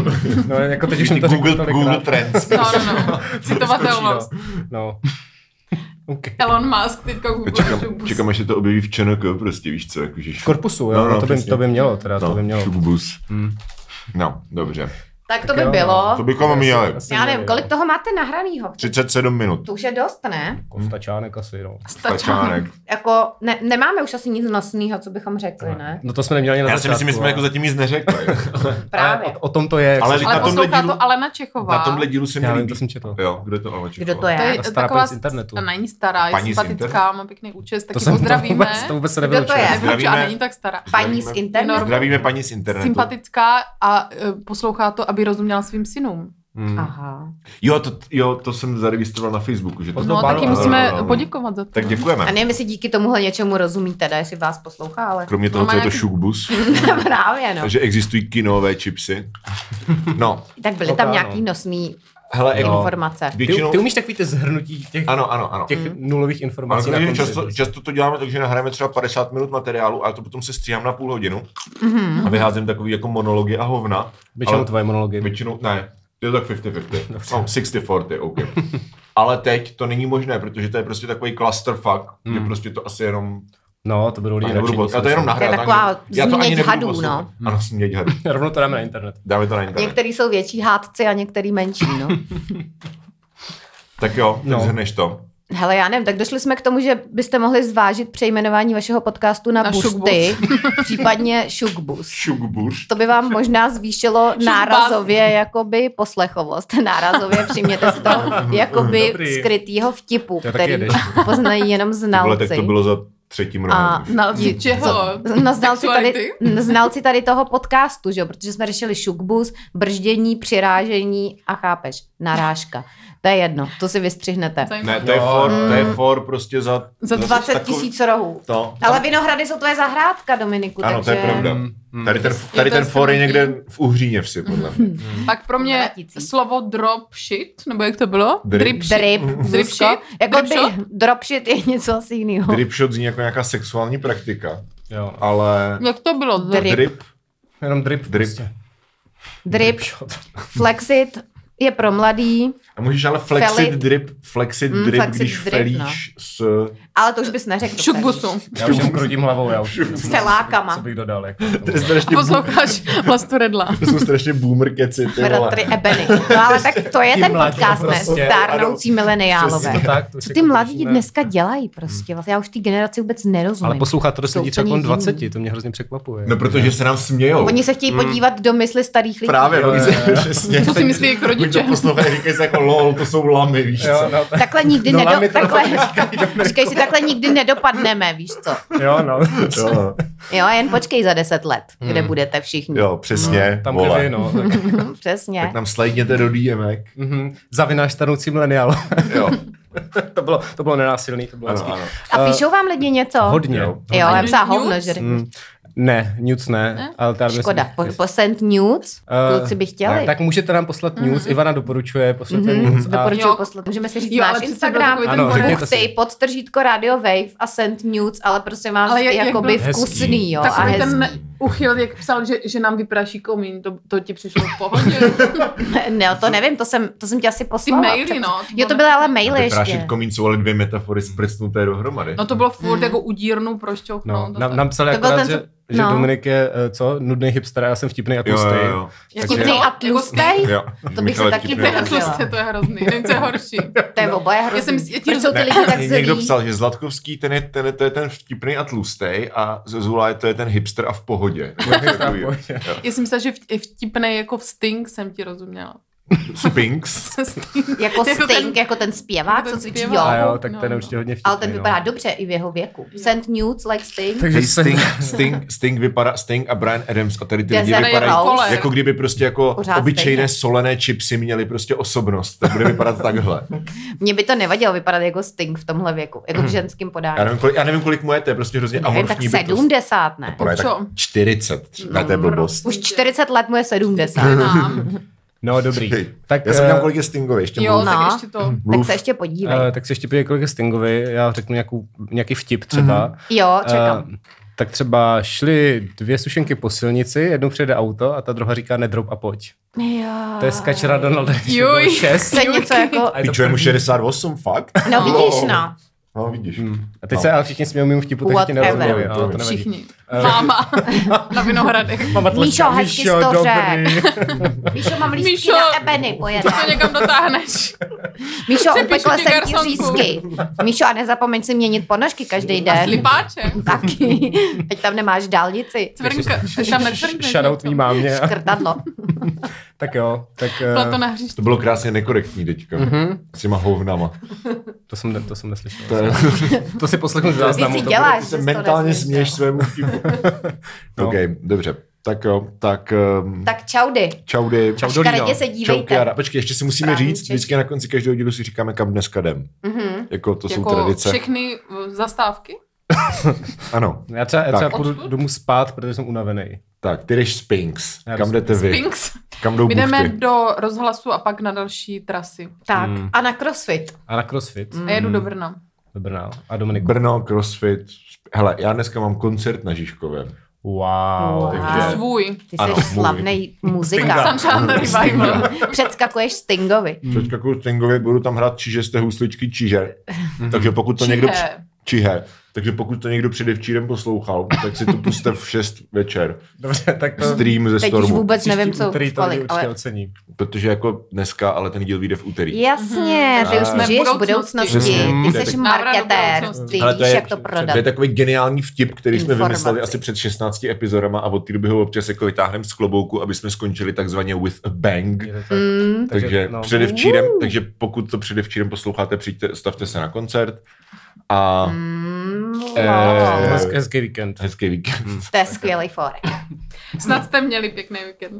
No, jako teď už jsem to Google, řekl Google tolikrát. Trends. No, no, [LAUGHS] no. Citovatelnost. Skočí, No. no. Okay. Elon Musk teďka googluje Čekám, šokbus. čekám, až se to objeví v ČNK, prostě víš co, jakože... šuk- Korpusu, jo, No, no, no, no, to, by, přesně. to by mělo, teda, no, to by mělo. šukbus. Hmm. No, dobře. Tak to Tak by jo, bylo. To bychom měli. Asi Já nevím, měli, kolik jo. toho máte nahranýho? 37 minut. To už je dost, ne? Kostačánek asi, no. Stačánek. Stačánek. Jako ne, nemáme už asi nic nosného, co bychom řekli, ne? No to jsme neměli ani na Já si myslím, že jsme ale- jako zatím nic neřekli. Právě. ale O, o tom to je. jak Ale se- na Ale tomhle poslouchá dílu- to Alena Čechová. Na tomhle dílu se mi Já vím, líbí. to jsem četl. Jo, kdo to ale čekal? Kdo to je? To je stará taková paní z z internetu. internetu. Není stará, je Paní z sympatická, internetu? má pěkný účes, To taky jsem to pozdravíme. vůbec, to vůbec se Kdo nebylo to je? četl. Nebudu, a Zdravíme. není tak stará. Paní z Zdravíme. internetu. Zdravíme paní z internetu. Sympatická a e, poslouchá to, aby rozuměla svým synům. Hmm. Aha. Jo, to, jo, to jsem zaregistroval na Facebooku. Že to... No, No, taky ano, musíme ano, ano. poděkovat za to. Tak děkujeme. A nevím, jestli díky tomuhle něčemu rozumí teda, jestli vás poslouchá, ale [LAUGHS] Kromě toho, Máme co je to nějaký- šukbus, právě no. takže existují kinové [LAUGHS] chipsy. No, Tak byly tam Lokálno. nějaký nosný hele, Jo. informace. No. Ty, většinou... ty umíš takový ty zhrnutí těch, Ano, ano, ano. těch nulových informací Ale na protože konci. často, často to děláme tak, že nahrajeme třeba 50 minut materiálu a to potom se stříhám na půl hodinu Mhm. a vyházím takový jako monology a hovna. Většinou ale- tvoje monology. Většinou, ne, je to tak 50-50. No, 60-40, OK. Ale teď to není možné, protože to je prostě takový clusterfuck, hmm. že prostě to asi jenom... No, to budou lidi Já nebudu radši. a to je jenom [LAUGHS] To je nahrát. taková změť nebudu hadů, no. poslouchat. Ano, směť hadů. Rovno to dáme na internet. Dáme to na internet. Některý jsou větší hádci a některý menší, [LAUGHS] no. Tak jo, tak No. zhrneš to. Hele, já nevím, tak došli jsme k tomu, že byste mohli zvážit přejmenování vašeho podcastu na, Na na Busty, [LAUGHS] případně Šukbus. Šukbuš. To by vám možná zvýšilo nárazově jakoby poslechovost. Nárazově přijměte si toho [LAUGHS] jakoby Dobrý. skrytýho vtipu, taky který jedeš. poznají jenom Ale tak znalci. to bylo za třetím rohem. A znalci, Znalci čeho? No, znalci, tady, Sexuality? znalci tady toho podcastu, že? jo, protože jsme řešili šukbus, brždění, přirážení a chápeš, narážka. To je jedno, to si vystřihnete. Ne, Zajímavé. to je No. for, to je for prostě za... Za za 20 takový- No. tisíc rohů. To. Ale Vinohrady jsou tvoje zahrádka, Dominiku, Ano, takže... to je pravda. Mm. Hmm. Tady ten, Je tady to ten for je skvělý. někde v Uhříně vsi, podle mě. Mm. Tak pro mě Vraticí. slovo drop shit, nebo jak to bylo? Drip. shit. Drip, Drip Zuzko. shit? Jako Drip shot? by, dropshit je něco asi jiného. Dripshot zní jako nějaká sexuální praktika, Jo. ale Jak to bylo? Drip. Drip. drip, Jenom prostě. drip. Drip. Prostě. Drip, flexit, je pro mladý, A můžeš ale flexit Felit. drip, flexit Mm, drip, flexit když drip, no. felíš s... ale to už bys neřekl. Šukbusu. Já už jenom krutím hlavou, já už. S felákama. Co bych dodal, jako k tomu. To, je strašně bu- Posloucháš Vlastu Redla. to jsou strašně boomer keci, ty vole. Bratry Ebeny. No ale tak to je Ti ten mladí podcast, ne? prostě, Stárnoucí mileniálové. Přesně to tak, to už Co jako ty Hmm. mladí běžíme. dneska dělají prostě? Vlastně já už té generaci vůbec nerozumím. Ale poslouchá to dost Jsou lidí třeba úplně kolem jiný. 20, to mě hrozně překvapuje. No protože se nám smějou. Oni se chtějí Hmm. podívat do mysli starých lidí. Právě, Jo, oni jo, se jo. přesně. Co si myslí jejich Buď rodiče? to poslouchají, říkají se jako lol, to jsou lamy, víš Jo, co. no, [LAUGHS] tak, Takhle nikdy No, nedo... lami to takhle... [LAUGHS] říkají do Říkej si, takhle nikdy nedopadneme, víš co? jo, no. Jo, Jo, jen počkej za deset let, Hmm. kde budete všichni. jo přesně, Tam vole. kde vy, no. Tak, Hm, [LAUGHS] Přesně. Tak nám slajděte do DMek. mhm. Zavináš starnoucí mileniál. Jo, [LAUGHS] to, bylo, to bylo nenásilný, to bylo ano, hezký. ano. A píšou vám lidi něco? Eh, Hodně. Jo. hodně. Jo, já Ani psá hovno, nudes? že Mm. Ne, nic ne. ne? Ale tam Škoda, po, po send nudes, Eh, kluci by chtěli. Mhm. ne, Tak můžete nám poslat news, Ivana doporučuje, poslete news. A, Doporučuji Jo. poslat. Můžeme si říct Jo, ale náš přece Instagram, byl takový ten Mhm. Ano, porno. řekněte si. buchty, podtržítko Radio Wave a send nudes, ale prosím vás, Ale jak- jak jakoby byl- vkusný, jo, a Takový hezký. ten uchyl, jak psal, že, že nám vypráší komín, to, to ti přišlo v pohodě. Ne, no, to nevím, to jsem, to jsem ti asi Ty poslala. maily, no. to Jo, to bylo byly ale takový- maily Vyprášit ještě. komín jsou ale dvě metafory sprsnuté dohromady. No to bylo furt jako udírnu no, prošťouchnout. nám, nám psali To byl akorát, ten, že, co- že no. Dominik je, eh, co, nudný hipster a já jsem vtipný a Jo, tlustý. jo, jo. Jako Takže- ty a tlustej? Jo. To bych Michale, se taky vtipný. To je Jako- tlustě, to je hrozný. Nevím, co je horší. To je oboje Jako Já jsem hrozný. si- já ti Proč jsou ty Ne, lidi [LAUGHS] tak někdo zlí? psal, že Zlatkovský, ten je, ten, je- to je ten vtipný a tlustej a Zezula je to je ten hipster a v pohodě. Nebo něco takového. Jo. Já jsem myslela, že vt- je vtipnej jako v Sting jsem ti rozuměla. Spinks. Sting. Jako Jako ten- Sting, jako ten zpěvák, jako ten co cvičí zpěvák. A jogu. jo, tak No, ten je no. určitě hodně vtipný. Ale ten vypadá dobře i v jeho věku. Send nudes like Sting. [LAUGHS] Takže Hey, jsem- Sting, Sting, Sting, vypadá, Sting a Brian Adams a tady ty lidi Desert vypadají Rose. jako kdyby prostě jako Pořád obyčejné stejně. solené chipsy měly prostě osobnost. Tak bude vypadat takhle. Mně by to nevadilo vypadat jako Sting v tomhle věku, Mhm. jako v ženském Já podání. nevím, kolik, já nevím, kolik mu je, to je prostě hrozně Ne, tak amorfní bytost. 70 ne? Ona je tak Čo? 40, třeba, ne, to je blbost. No, Už 40 let mu je 70. Hm. Nám. No dobrý. Tak, Tak, já jsem měl eh, kolik je Stingovi, ještě Jo, mluv. No. tak ještě to. Tak Mluv. se ještě podívej. eh, tak se ještě podívej kolik je Stingovi, já řeknu nějakou, nějaký vtip třeba. Mhm. Jo, čekám. Eh, tak třeba šly dvě sušenky po silnici, jednou přijede auto a ta druhá říká nedrob a pojď. Jo. To je skačera Donalda, když Juj. bylo šest. To je něco jako... A je to Pičuje mu první. 68, fakt? No vidíš, no. No, vidíš. A teď se ale všichni smějou mým vtipu, tak ti Whatever. nerozuměli. ale to nevadí. Všichni. Máma. Na Vinohradech. Mama Míšo, tleská. hezky Míšo, jsi to dobrý. Míšo, mám lístky Míšo. na ebeny, pojede. To někam dotáhneš. Míšo, Přepíšu upekla ti jsem ti garsonku. řízky. Míšo, a nezapomeň si měnit ponožky každý den. Slipáče. Taky. Ať tam nemáš dálnici. Cvrnka. Až tam necvrkneš. Shoutout něco. tvý mámě. Krtadlo. Tak jo, tak eh, Plato na hřiště. To bylo krásně nekorektní teďka. Mhm. Mm-hmm. S těma hovnama. to jsem, ne- to jsem neslyšel. To je, To si poslechnu z Ty si záznamu. to bude- děláš, ty že se jsi to mentálně neslyšel. směješ svému [LAUGHS] vtipu. No. no. OK, dobře. Tak jo, tak... Um, Tak čaudy. Čaudy. Čau, Až Dorino. karedě se Čau, dívejte. Kiara. Počkej, ještě si musíme Správný říct, Čech. vždycky na konci každého dílu si říkáme, kam dneska jdem. Mhm. Jako to jsou Jako tradice. všechny eh, zastávky. Ano, Já třeba, já třeba Tak. půjdu Odkud? domů spát, protože jsem unavený. tak ty jdeš Spinks. Já jdu Kam jdete vy? Spinks. Kam jdou My jdeme buchty? do rozhlasu a pak na další trasy. Tak. Mm. A na crossfit. A na crossfit Mm. A jedu do Hmm. Brna. do Brna. A Dominiku. Brno, crossfit. Hele, já dneska mám koncert na Žižkově. Wow. Wow. Takže- Wow. Svůj. Ty jsi Ano, můj. slavný muzikant. Stinga. Sunshine Revival. Předskakuješ Stingovi. Předskakuju Stingovi, jako budu tam hrát čiže z té husličky čiže. Takže pokud to někdo... při- Čihe. Čihe. Takže pokud to někdo předevčírem poslouchal, tak si to puste v 6 večer. Dobře, tak to Stream ze Teď už Stormu. vůbec příští nevím, co úterý to lidi kolik, určitě ale... ocení. Protože jako dneska, ale ten díl vyjde v úterý. Jasně, ty Mhm. už Jsme žiješ v budoucnosti. budoucnosti, Přesně. ty jsi Tak. Návrat do marketér, budoucnosti. ty Ale to víš, je- jak to prodat. To je takový geniální vtip, který jsme Informaci. vymysleli asi před 16 epizodama a od té doby ho občas jako vytáhneme z klobouku, aby jsme skončili takzvaně with a bang. Je to tak. Mm, Takže, takže no. předevčírem, takže pokud to předevčírem posloucháte, přijďte, stavte se na koncert a Hmm. mm, Eh, wow. Hezký, hezký víkend. hezký víkend. To je skvělý forek. Snad jste měli pěkný víkend.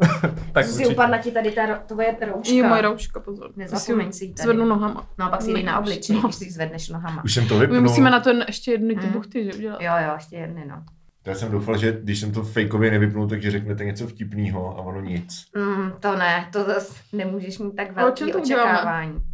Tak Zuzi, určitě. upadla ti tady ta ro- tvoje rouška. Je moje rouška, pozor. Nezapomeň si ji tady. Zvednu nohama. No a pak si ji dej na Nejdeš. obličej, No. když si ji zvedneš [LAUGHS] nohama. Už jsem to My vypnul. musíme na to jen- ještě jednu ty Mm. buchty, že udělat. Jo, jo, ještě jedny, no. Já jsem doufal, že když jsem to fejkově nevypnul, takže řeknete něco vtipného a ono nic. Mm, Hmm, to ne, to zase nemůžeš mít tak Ale o čem velký to uděláme? očekávání.